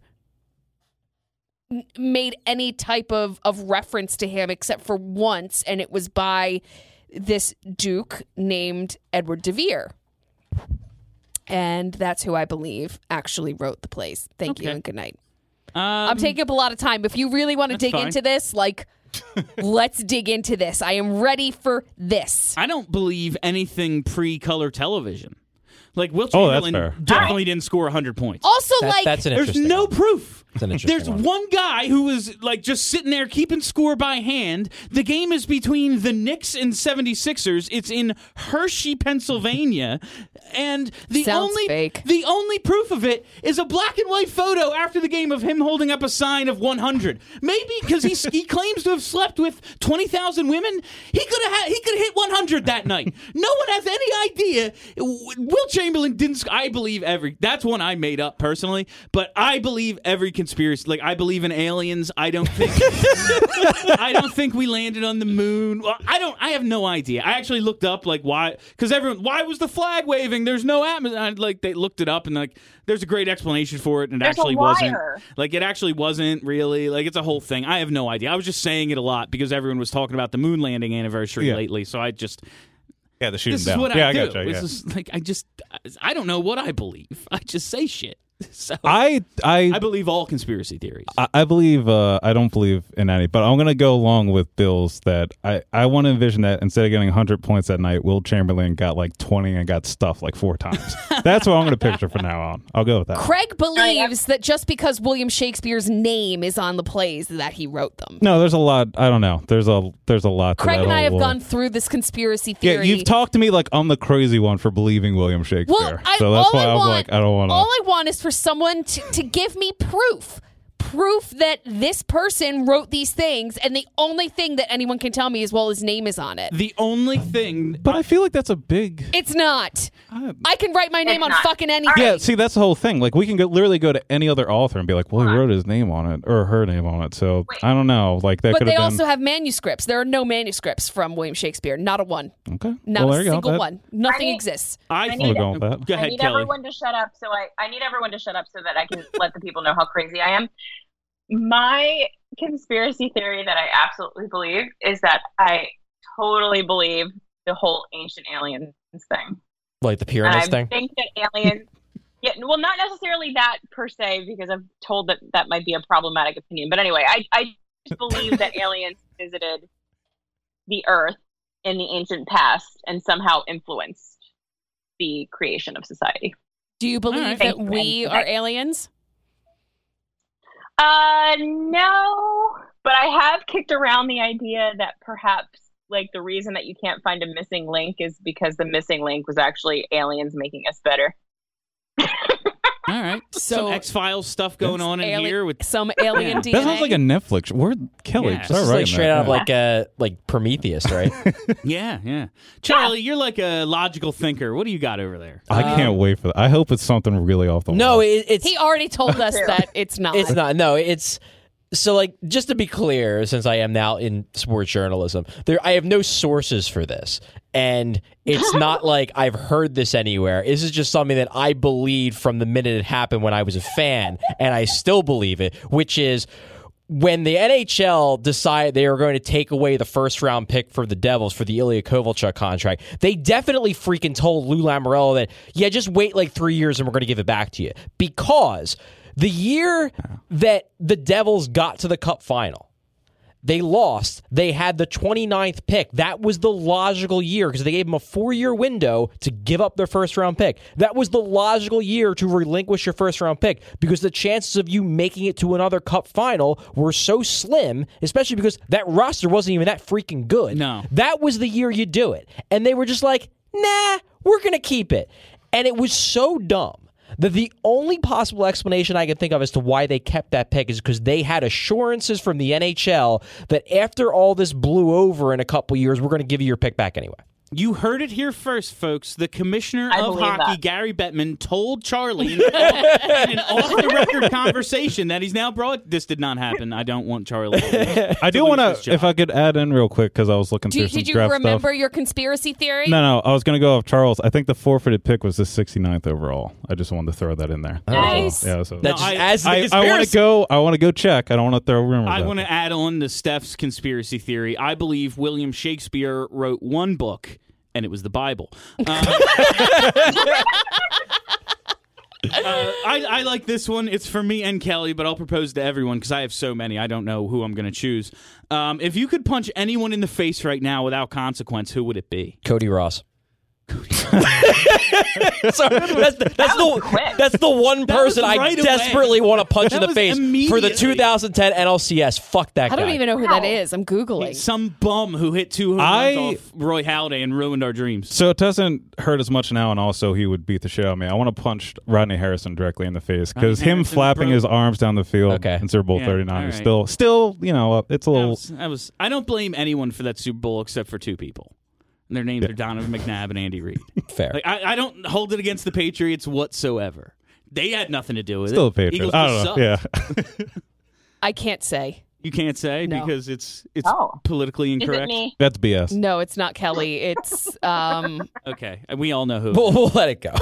C: n- made any type of of reference to him except for once and it was by this duke named Edward de Vere. And that's who I believe actually wrote the plays. Thank you
A: Okay.
C: and good night.
A: Um,
C: I'm taking up a lot of time. If you really want to dig
A: fine.
C: into this, like, let's dig into this. I am ready for this.
A: I don't believe anything pre-color television. Like Will
B: Oh, that's
A: Chamberlain
B: fair.
A: definitely didn't score 100 points.
C: Also,
D: That-
C: like,
D: that's an
A: There's
D: interesting
A: no
D: one.
A: proof.
D: an interesting
A: There's
D: one.
A: guy who was like just sitting there keeping score by hand. The game is between the Knicks and 76ers. It's in Hershey, Pennsylvania, and the
C: Sounds
A: only
C: fake.
A: the only proof of it is a black and white photo after the game of him holding up a sign of 100. Maybe because he he claims to have slept with 20,000 women, he could have had, he could have hit 100 that night. No one has any idea. W- Will Chamberlain didn't. sc- I believe every. That's one I made up personally, but I believe every conspiracy. Like I believe in aliens. I don't think. I don't think we landed on the moon. Well, I don't. I have no idea. I actually looked up like why, because everyone, why was the flag waving? There's no atmosphere. Like they looked it up and like there's a great explanation for it, and it
E: There's a
A: actually wasn't.
E: wire.
A: Like it actually wasn't really. Like it's a whole thing. I have no idea. I was just saying it a lot because everyone was talking about the moon landing anniversary
B: Yeah.
A: lately. So I just
B: Yeah, the shooting
A: this is what
B: yeah,
A: I do.
B: gotcha,
A: this
B: yeah.
A: is like I just I don't know what I believe. I just say shit. So
B: I
A: I
B: I
A: believe all conspiracy theories.
B: I- I believe uh, I don't believe in any, but I'm gonna go along with Bill's that I, I want to envision that instead of getting 100 points that night, Will Chamberlain got like 20 and got stuffed like four times. That's what I'm gonna picture from now on. I'll go with that.
C: Craig believes that just because William Shakespeare's name is on the plays, that he wrote them.
B: No, there's a lot. I don't know. There's a there's a lot. to
C: Craig
B: that
C: and I
B: whole
C: have
B: world.
C: gone through this conspiracy
B: uh, Yeah,
C: theory.
B: you've talked to me like I'm the crazy one for believing William Shakespeare.
C: Well, I,
B: so
C: all
B: that's why
C: I
B: am
C: want,
B: like, I don't want
C: All
B: to.
C: I want is for someone to, to give me proof. Proof that this person wrote these things, and the only thing that anyone can tell me is, well, his name is on it.
A: the only thing
B: But I feel like that's a big.
C: It's not.
B: I-
C: I can write my name on
E: not.
C: fucking anything.
B: Uh, Yeah, see, that's the whole thing. Like, we can go, literally go to any other author and be like, well, he wrote his name on it or her name on it. So I don't know. Like, that
C: but
B: could
C: they
B: have been.
C: also have manuscripts. There are no manuscripts from William Shakespeare. Not a one.
B: okay.
C: Not
B: well,
C: a
B: there you go.
C: single
B: That-
C: one. Nothing
E: I-
C: exists.
A: I
E: need
B: We'll
A: think.
B: go with that.
A: Go
E: I
A: ahead,
E: need
A: Kelly.
E: everyone to shut up so I, I need everyone to shut up so that I can let the people know how crazy I am. My conspiracy theory that I absolutely believe is that I totally believe the whole ancient aliens thing.
D: Like the
E: And I
D: pyramids thing.
E: think that aliens Yeah, well not necessarily that per se because I'm told that that might be a problematic opinion. But anyway, I I just believe that aliens visited the earth in the ancient past and somehow influenced the creation of society.
C: Do you believe
A: right.
C: that we are aliens?
E: Uh, no, but I have kicked around the idea that perhaps like the reason that you can't find a missing link is because the missing link was actually aliens making us better.
A: All right.
C: So-
A: Some X Files stuff going on in
C: Ali-
A: here with
C: some alien DNA.
B: That sounds like a Netflix. Where Kelly?
A: Yeah. This
B: start
D: This is
B: writing
D: like straight
B: that.
D: out of
B: Yeah.
D: like uh like Prometheus, right?
A: yeah, yeah. Charlie, you're like a logical thinker. What do you got over there?
B: I can't wait for that. I hope it's something really off the
D: uh, no,
B: wall.
D: it, it's
C: He already told us that it's not.
D: It's not. No, it's so like just to be clear, since I am now in sports journalism, there I have no sources for this, and it's not like I've heard this anywhere. This is just something that I believed from the minute it happened when I was a fan, and I still believe it, which is. When the NHL decided they were going to take away the first round pick for the Devils for the Ilya Kovalchuk contract, they definitely freaking told Lou Lamorello that, yeah, just wait like three years and we're going to give it back to you. Because the year that the Devils got to the cup final, they lost. They had the 29th pick. That was the logical year because they gave them a four year window to give up their first round pick. That was the logical year to relinquish your first round pick because the chances of you making it to another cup final were so slim, especially because that roster wasn't even that freaking good.
A: No.
D: That was the year you do it. And they were just like, nah, we're going to keep it. And it was so dumb that the only possible explanation I can think of as to why they kept that pick is because they had assurances from the NHL that after all this blew over in a couple years, we're going to give you your pick back anyway.
A: You heard it here first, folks. The commissioner
E: I
A: of
E: believe
A: hockey,
E: that.
A: Gary Bettman, told Charlie in, an off- in an off-the-record conversation that he's now brought. This did not happen. I don't want Charlie.
B: I do
A: lose
B: want
A: this
B: to,
A: job.
B: if I could add in real quick, because I was looking
C: Do,
B: through some
C: did you
B: draft
C: remember
B: stuff.
C: your conspiracy theory?
B: No, no, I was going to go off Charles. I think the forfeited pick was the 69th overall. I just wanted to throw that in there.
C: Nice.
B: Yeah, so
D: That just
A: I-
D: adds to the
B: I, I want to
D: conspiracy.
B: go. I want to go check. I don't want to throw rumors.
A: I
B: out
A: want
B: there.
A: to add on to Steph's conspiracy theory. I believe William Shakespeare wrote one book, and it was the Bible. Um, uh, I, I like this one. It's for me and Kelly, but I'll propose to everyone because I have so many. I don't know who I'm going to choose. Um, if you could punch anyone in the face right now without consequence, who would it be?
D: Cody Ross. Sorry, that's the, that's, the,
E: quick.
D: that's the one
A: That was
D: person I
A: right away.
D: desperately want to punch
A: That
D: in the
A: was
D: face for the
A: immediately.
D: 2010 NLCS. Fuck that
C: I don't
D: guy.
C: even know who that is. I'm googling.
A: Some bum who hit two home runs
B: I-
A: off Roy Halladay and ruined our dreams.
B: So it doesn't hurt as much now, and also he would beat the shit out of me. I want to punch Rodney Harrison directly in the face because
A: Rodney
B: him
A: Harrison
B: flapping
A: broke-
B: his arms down the field
D: Okay.
B: in Super Bowl
A: Yeah,
B: thirty nine
A: all
B: is
A: right.
B: still, still, you know, uh, it's a
A: I
B: little.
A: was, I was. I don't blame anyone for that Super Bowl except for two people, and their names are Donovan McNabb and Andy Reid.
D: Fair.
A: Like I, I don't hold it against the Patriots whatsoever. They had nothing to do with
B: Still
A: it.
B: a Patriots.
A: Eagles
B: I
A: just
B: don't know.
A: suck.
B: Yeah.
C: I can't say.
A: You can't say
C: No.
A: because it's it's
E: Oh.
A: politically
E: Is it
A: incorrect.
E: me?
B: That's BS.
C: No, it's not Kelly. It's um
A: Okay, and we all know who.
D: We'll, we'll let it go.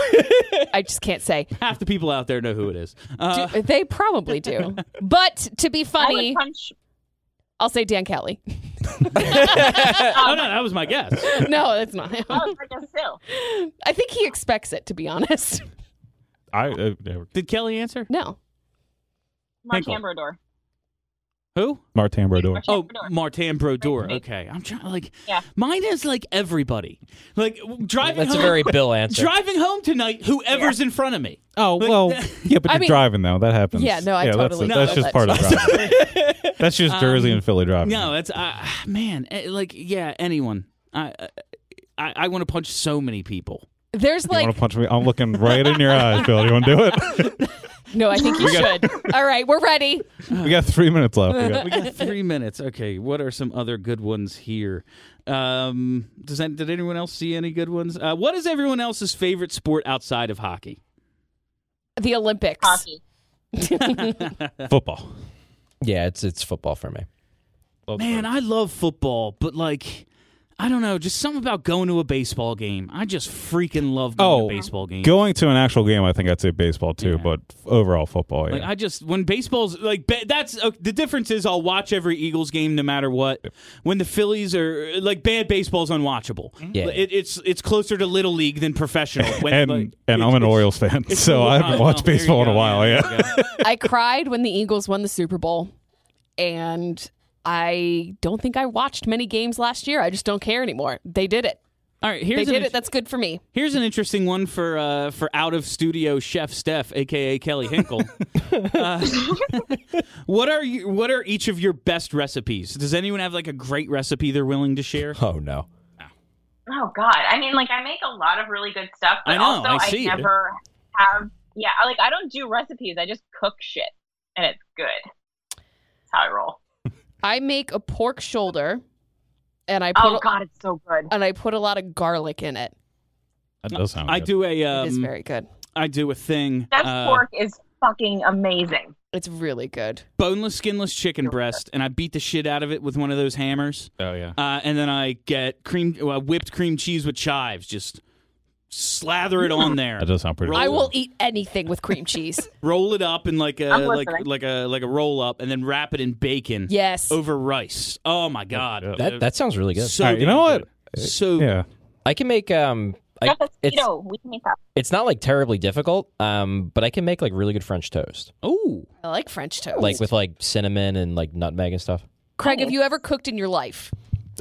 C: I just can't say.
A: Half the people out there know who it is.
C: Do-
A: Uh,
C: they probably do. But to be
E: I would
C: funny,
E: punch.
C: I'll say Dan Kelly.
E: um,
A: oh no, that was my guess.
C: No, that's not. him.
E: I would punch us too.
C: I think he expects it to be honest.
B: I, uh, yeah.
A: Did Kelly answer?
C: No.
E: Mark
A: Hinkle.
E: Ambrador.
A: Who?
B: Martin Brodeur.
E: Martin
A: Oh,
E: Brodeur.
A: Martin Brodeur.
E: Right.
A: Okay, I'm trying. Like,
E: Yeah.
A: mine is like everybody. Like w- driving.
D: That's a
A: home,
D: very Bill answer.
A: driving home tonight. Whoever's in front of me.
B: Oh well, yeah, but
C: I
B: you're
C: mean-
B: driving though. That happens.
C: Yeah, no, I
B: that's-
C: totally
B: That's,
C: know
B: just
C: that. Um,
B: part of driving. that's just Jersey and Philly driving.
A: No, that's uh, man. eh, Like, yeah, anyone. I I, I- I want to punch so many people.
C: There's
B: you
C: like
B: want to punch me? I'm looking right in your eyes, Bill. You want to do it?
C: no, I think you should. All right, we're ready.
B: we got three minutes left. We got-
A: We got three minutes. Okay, what are some other good ones here? Um, does that, did anyone else see any good ones? Uh, what is everyone else's favorite sport outside of hockey?
C: The Olympics.
E: Hockey.
B: Football.
D: yeah, it's it's football for me.
A: Man, I love football, but like. I don't know, just something about going to a baseball game. I just freaking love going
B: Oh,
A: to baseball games.
B: Going to an actual game, I think I'd say baseball too, but overall football. Yeah.
A: Like I just when baseball's like ba- that's uh, the difference is I'll watch every Eagles game no matter what. When the Phillies are like bad baseball's unwatchable.
D: Yeah.
A: It, it's it's closer to little league than professional. When,
B: Mm-hmm. and
A: like,
B: and I'm an Orioles fan, so I haven't
A: Oh,
B: watched
A: there you
B: baseball in
A: go.
B: a while.
A: Yeah,
B: Yeah,
A: there you go.
C: I cried when the Eagles won the Super Bowl, and I don't think I watched many games last year. I just don't care anymore. They did it.
A: All right,
C: They
A: here's
C: did
A: an,
C: it. That's good for me.
A: here's an interesting one for uh, for out of studio chef Steph, aka Kelly Hinkle. Uh, what are you, what are each of your best recipes? Does anyone have like a great recipe they're willing to share?
D: Oh no.
E: Oh God! I mean, like I make a lot of really good stuff, but
A: I know,
E: also
A: I
E: I,
A: see it.
E: never have. Yeah, I- like I don't do recipes. I just cook shit, and it's good. That's how I roll.
C: I make a pork shoulder, and I put
E: Oh
C: a-
E: God, it's so good.
C: and I put a lot of garlic in it.
B: That does sound.
A: I
B: good.
A: do a um,
C: it is very good.
A: I do a thing.
E: That
A: uh,
E: pork is fucking amazing.
C: It's really good.
A: boneless, skinless chicken breast, and I beat the shit out of it with one of those hammers.
B: Oh yeah.
A: Uh, and then I get cream, uh, whipped cream cheese with chives. Just slather it on there.
B: That does sound pretty.
A: Roll-
B: good.
C: I will eat anything with cream cheese.
A: Roll it up in like a
E: I'm
A: like
E: listening.
A: like a like a roll up, and then wrap it in bacon.
C: Yes.
A: Over rice. Oh my god.
B: yeah.
D: That that sounds really good.
A: so
B: All right, you
A: damn
B: know Uh,
A: good. So
B: Yeah.
D: I can make um I,
E: That's a
D: it's
E: keto. We can make that.
D: it's not like terribly difficult, um, but I can make like really good French toast,
A: oh,
C: I like French toast.
D: like with like cinnamon and like nutmeg and stuff.
C: Craig, have you ever cooked in your life?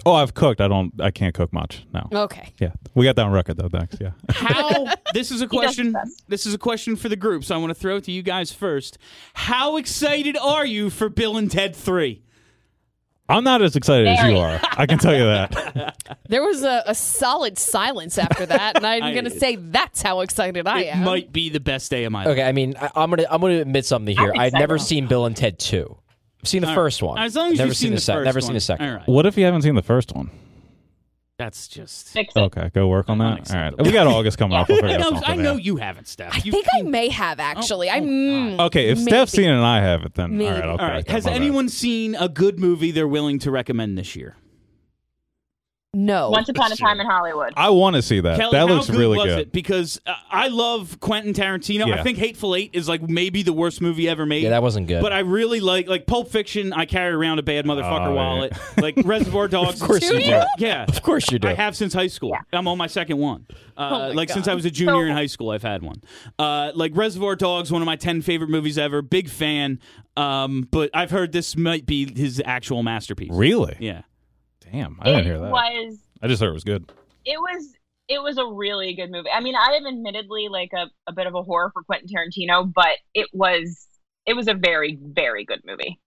B: Oh, I've cooked. I don't. I can't cook much. No.
C: Okay.
B: Yeah. We got that on record though. Thanks. Yeah.
A: how? this is a question.
E: the best.
A: This is a question for the group. So I want to throw it to you guys first. How excited are you for Bill and Ted Three?
B: I'm not as excited as you are. I can tell you that.
C: There was a, a solid silence after that, and
A: I-
C: I'm going to say that's how excited I
A: It
C: am.
A: might be the best day of my life.
D: Okay, I mean I, I'm gonna I'm gonna admit something here.
E: I'm
D: I've never
E: excited.
D: seen Bill and Ted two. I've seen the first one.
A: As long as
D: never
A: you've
D: seen
A: seen the
D: sec-
A: first
D: never
A: one.
D: seen the second.
A: All right.
B: What if you haven't seen the first one?
A: That's just.
E: Fix it.
B: Okay, go work on that. All right.
A: Unacceptable.
B: We got August coming up. We'll figure
A: I
B: out
A: know,
B: something,
A: I know
B: yeah.
A: you Oh, haven't, Steph.
C: I think I may have, actually. I mm,
B: Okay, if Steph's
C: Maybe.
B: seen it and I haven't, then all
C: Maybe.
B: right. Okay,
A: All right.
B: okay,
A: Has
B: my bad.
A: anyone seen a good movie they're willing to recommend this year?
C: No.
E: Once upon a time in Hollywood.
B: I want to
D: Uh,
B: see that.
A: Kelly,
B: that
A: how
B: looks
A: good
B: really
A: was
B: good.
A: It? Because uh, I love Quentin Tarantino. I
B: Yeah.
A: think Hateful Eight is like maybe the worst movie ever made.
D: Yeah, that wasn't good.
A: But I really like like Pulp Fiction. I carry around a bad motherfucker
B: Oh, yeah.
A: wallet. Like Reservoir Dogs.
D: course you Do do. you?
A: Yeah.
D: of course you do.
A: I have since high school. I'm on my second one. Uh,
C: Oh, my
A: like since
C: God.
A: I was a junior
E: So-
A: in high school, I've had one. Uh, like Reservoir Dogs, one of my ten favorite movies ever. Big fan. Um, but I've heard this might be his actual masterpiece.
B: Really?
A: Yeah.
B: Damn, I didn't
E: it
B: hear that.
E: was
B: I just heard it was good.
E: it was it was a really good movie. I mean, I am admittedly like a, a bit of a horror for Quentin Tarantino, but it was it was a very very good movie.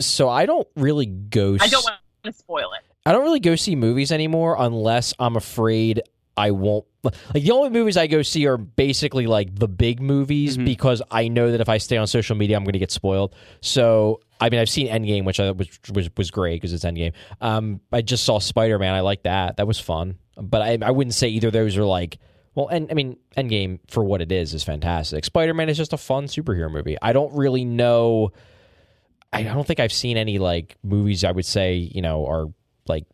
D: so I don't really go.
E: I don't
D: s-
E: want to spoil it.
D: I don't really go see movies anymore unless I'm afraid I won't. Like the only movies I go see are basically like the big movies
A: Mhm.
D: because I know that if I stay on social media, I'm going to get spoiled. So I mean, I've seen Endgame, which I which was was great because it's Endgame. Um, I just saw Spider Man. I like that. That was fun. But I I wouldn't say either of those are like. Well, and I mean, Endgame for what it is is fantastic. Spider Man is just a fun superhero movie. I don't really know. I don't think I've seen any like movies I would say, you know, are like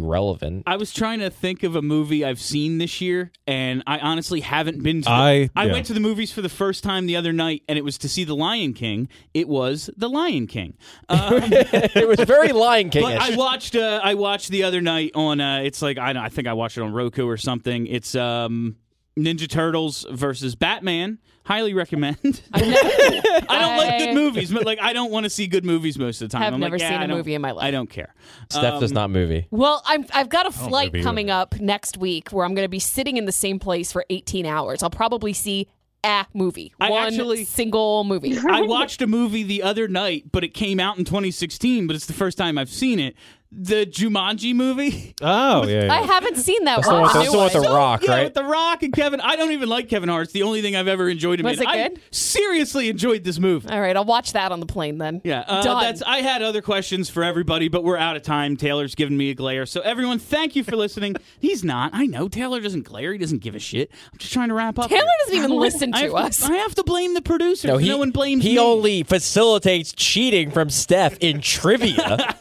D: relevant.
A: I was trying to think of a movie I've seen this year, and I honestly haven't been. To the-
B: I-
A: I
B: yeah.
A: went to the movies for the first time the other night, and it was to see The Lion King. It was The Lion King. Um,
D: it was very Lion King.
A: But I watched uh, I watched the other night on uh, it's like I don't, I think I watched it on Roku or something. It's um, Ninja Turtles versus Batman. Highly recommend. I don't like good movies, but like I don't want to see good movies most of the time.
C: Have
A: I'm
C: never
A: like, yeah,
C: seen
A: I
C: a
A: don't-
C: movie in my life.
A: I don't care.
D: Steph
A: Um,
D: does not movie.
C: Well, I'm, I've got a flight
B: maybe you
C: coming up next week where I'm going to be sitting in the same place for 18 hours. I'll probably see a movie,
A: I
C: one
A: actually-
C: single movie.
A: I watched a movie the other night, but it came out in 2016, but it's the first time I've seen it. The Jumanji movie.
B: Oh yeah. yeah.
C: I haven't seen that one.
D: with the-
C: The
D: that's
C: new
D: the one with
C: one.
D: the Rock,
A: yeah,
D: right?
A: with The Rock and Kevin. I don't even like Kevin Hart. It's the only thing I've ever enjoyed him
C: Was
A: in.
C: it
A: I
C: good?
A: seriously enjoyed this movie.
C: All right, I'll watch that on the plane then.
A: Yeah, uh,
C: Done.
A: that's. I had other questions for everybody, but we're out of time. Taylor's giving me a glare, so everyone, thank you for listening. He's not. I know Taylor doesn't glare. He doesn't give a shit. I'm just trying to wrap up.
C: Taylor
A: here.
C: doesn't even listen
A: I
C: to
A: have
C: us.
A: I have to blame the producer. No, one blames
D: he
A: me.
D: only facilitates cheating from Steph in trivia.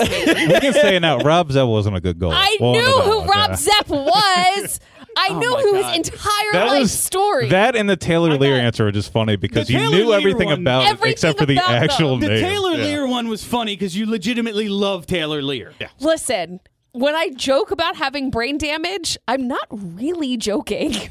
C: me.
B: we can say it now. Rob Zell wasn't a good goal.
C: I
B: Well,
C: knew
B: no, that
C: who
B: was,
C: Rob
B: yeah. Oh
C: Zepp was. I knew
A: my
C: who
A: God.
C: his entire
B: That
C: life
B: was
C: story.
B: That and the Taylor Lear answer were just funny because
A: The
B: you
A: Taylor
B: knew
A: Lear
B: everything
A: one-
B: about it
C: Everything
B: except for the
C: about them.
B: actual
A: the
B: name.
A: Taylor
B: Yeah.
A: Lear one was funny because you legitimately love Taylor Lear. Yeah.
C: Listen, when I joke about having brain damage, I'm not really joking.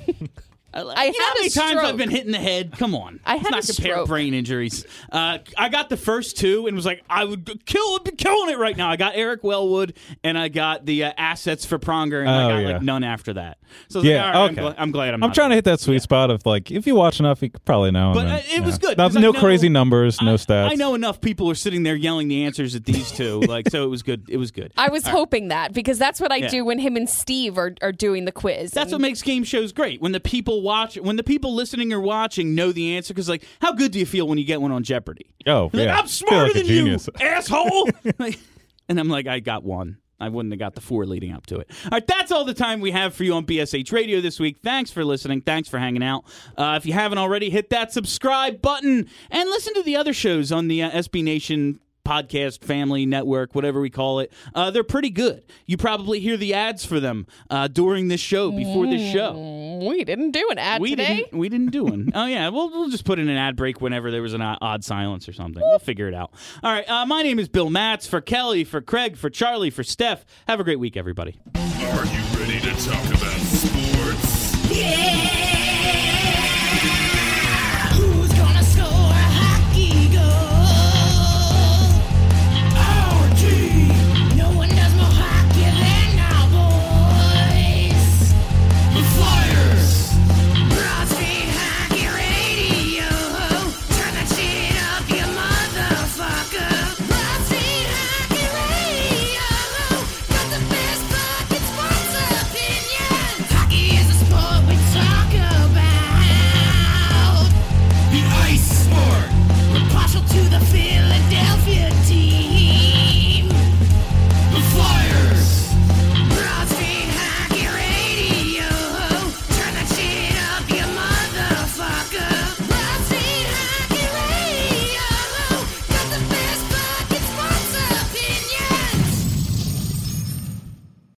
C: I
A: You know
C: had
A: how
C: a
A: many times I've
C: stroke.
A: been hit in the head? Come on.
C: I
A: Let's
C: had
A: not
C: a
A: compare
C: stroke.
A: brain injuries. Uh, I got the first two and was like, I would kill, be killing it right now. I got Eric Wellwood and I got the uh, assets for Pronger and I
B: Oh,
A: got
B: yeah.
A: like none after that. So I was like,
B: Yeah,
A: all right,
B: okay.
A: I'm, gl- I'm glad I'm.
B: I'm
A: not
B: trying to hit that sweet spot of like if you watch enough, you could probably know.
A: But,
B: and
A: uh, it was good,
B: No,
A: 'cause I
B: no
A: know-
B: crazy numbers, no stats.
A: I know enough people are sitting there yelling the answers at these two. like, so it was good. It was good.
C: I was hoping that because that's what I
A: Yeah.
C: do when him and Steve are, are doing the quiz.
A: That's what
C: and
A: makes game shows great. When the people watch, when the people listening or watching know the answer, because like, how good do you feel when you get one on Jeopardy?
B: Oh,
A: You're like,
B: yeah.
A: I'm
B: Feel
A: smarter
B: like a
A: than you,
B: genius.
A: asshole. Like- and I'm like, I got one. I wouldn't have got the four leading up to it. All right, that's all the time we have for you on BSH Radio this week. Thanks for listening. Thanks for hanging out. Uh, if you haven't already, hit that subscribe button and listen to the other shows on the uh, SB Nation podcast family network whatever we call it uh, they're pretty good you probably hear the ads for them uh, during this show before this show
C: we didn't do an ad
A: we
C: today.
A: didn't. We didn't do one. oh yeah, we'll we'll just put in an ad break whenever there was an o- odd silence or something. We'll figure it out. All right. Uh, my name is Bill Matz for Kelly, for Craig, for Charlie, for Steph. Have a great week, everybody.
F: Are you ready to talk about space?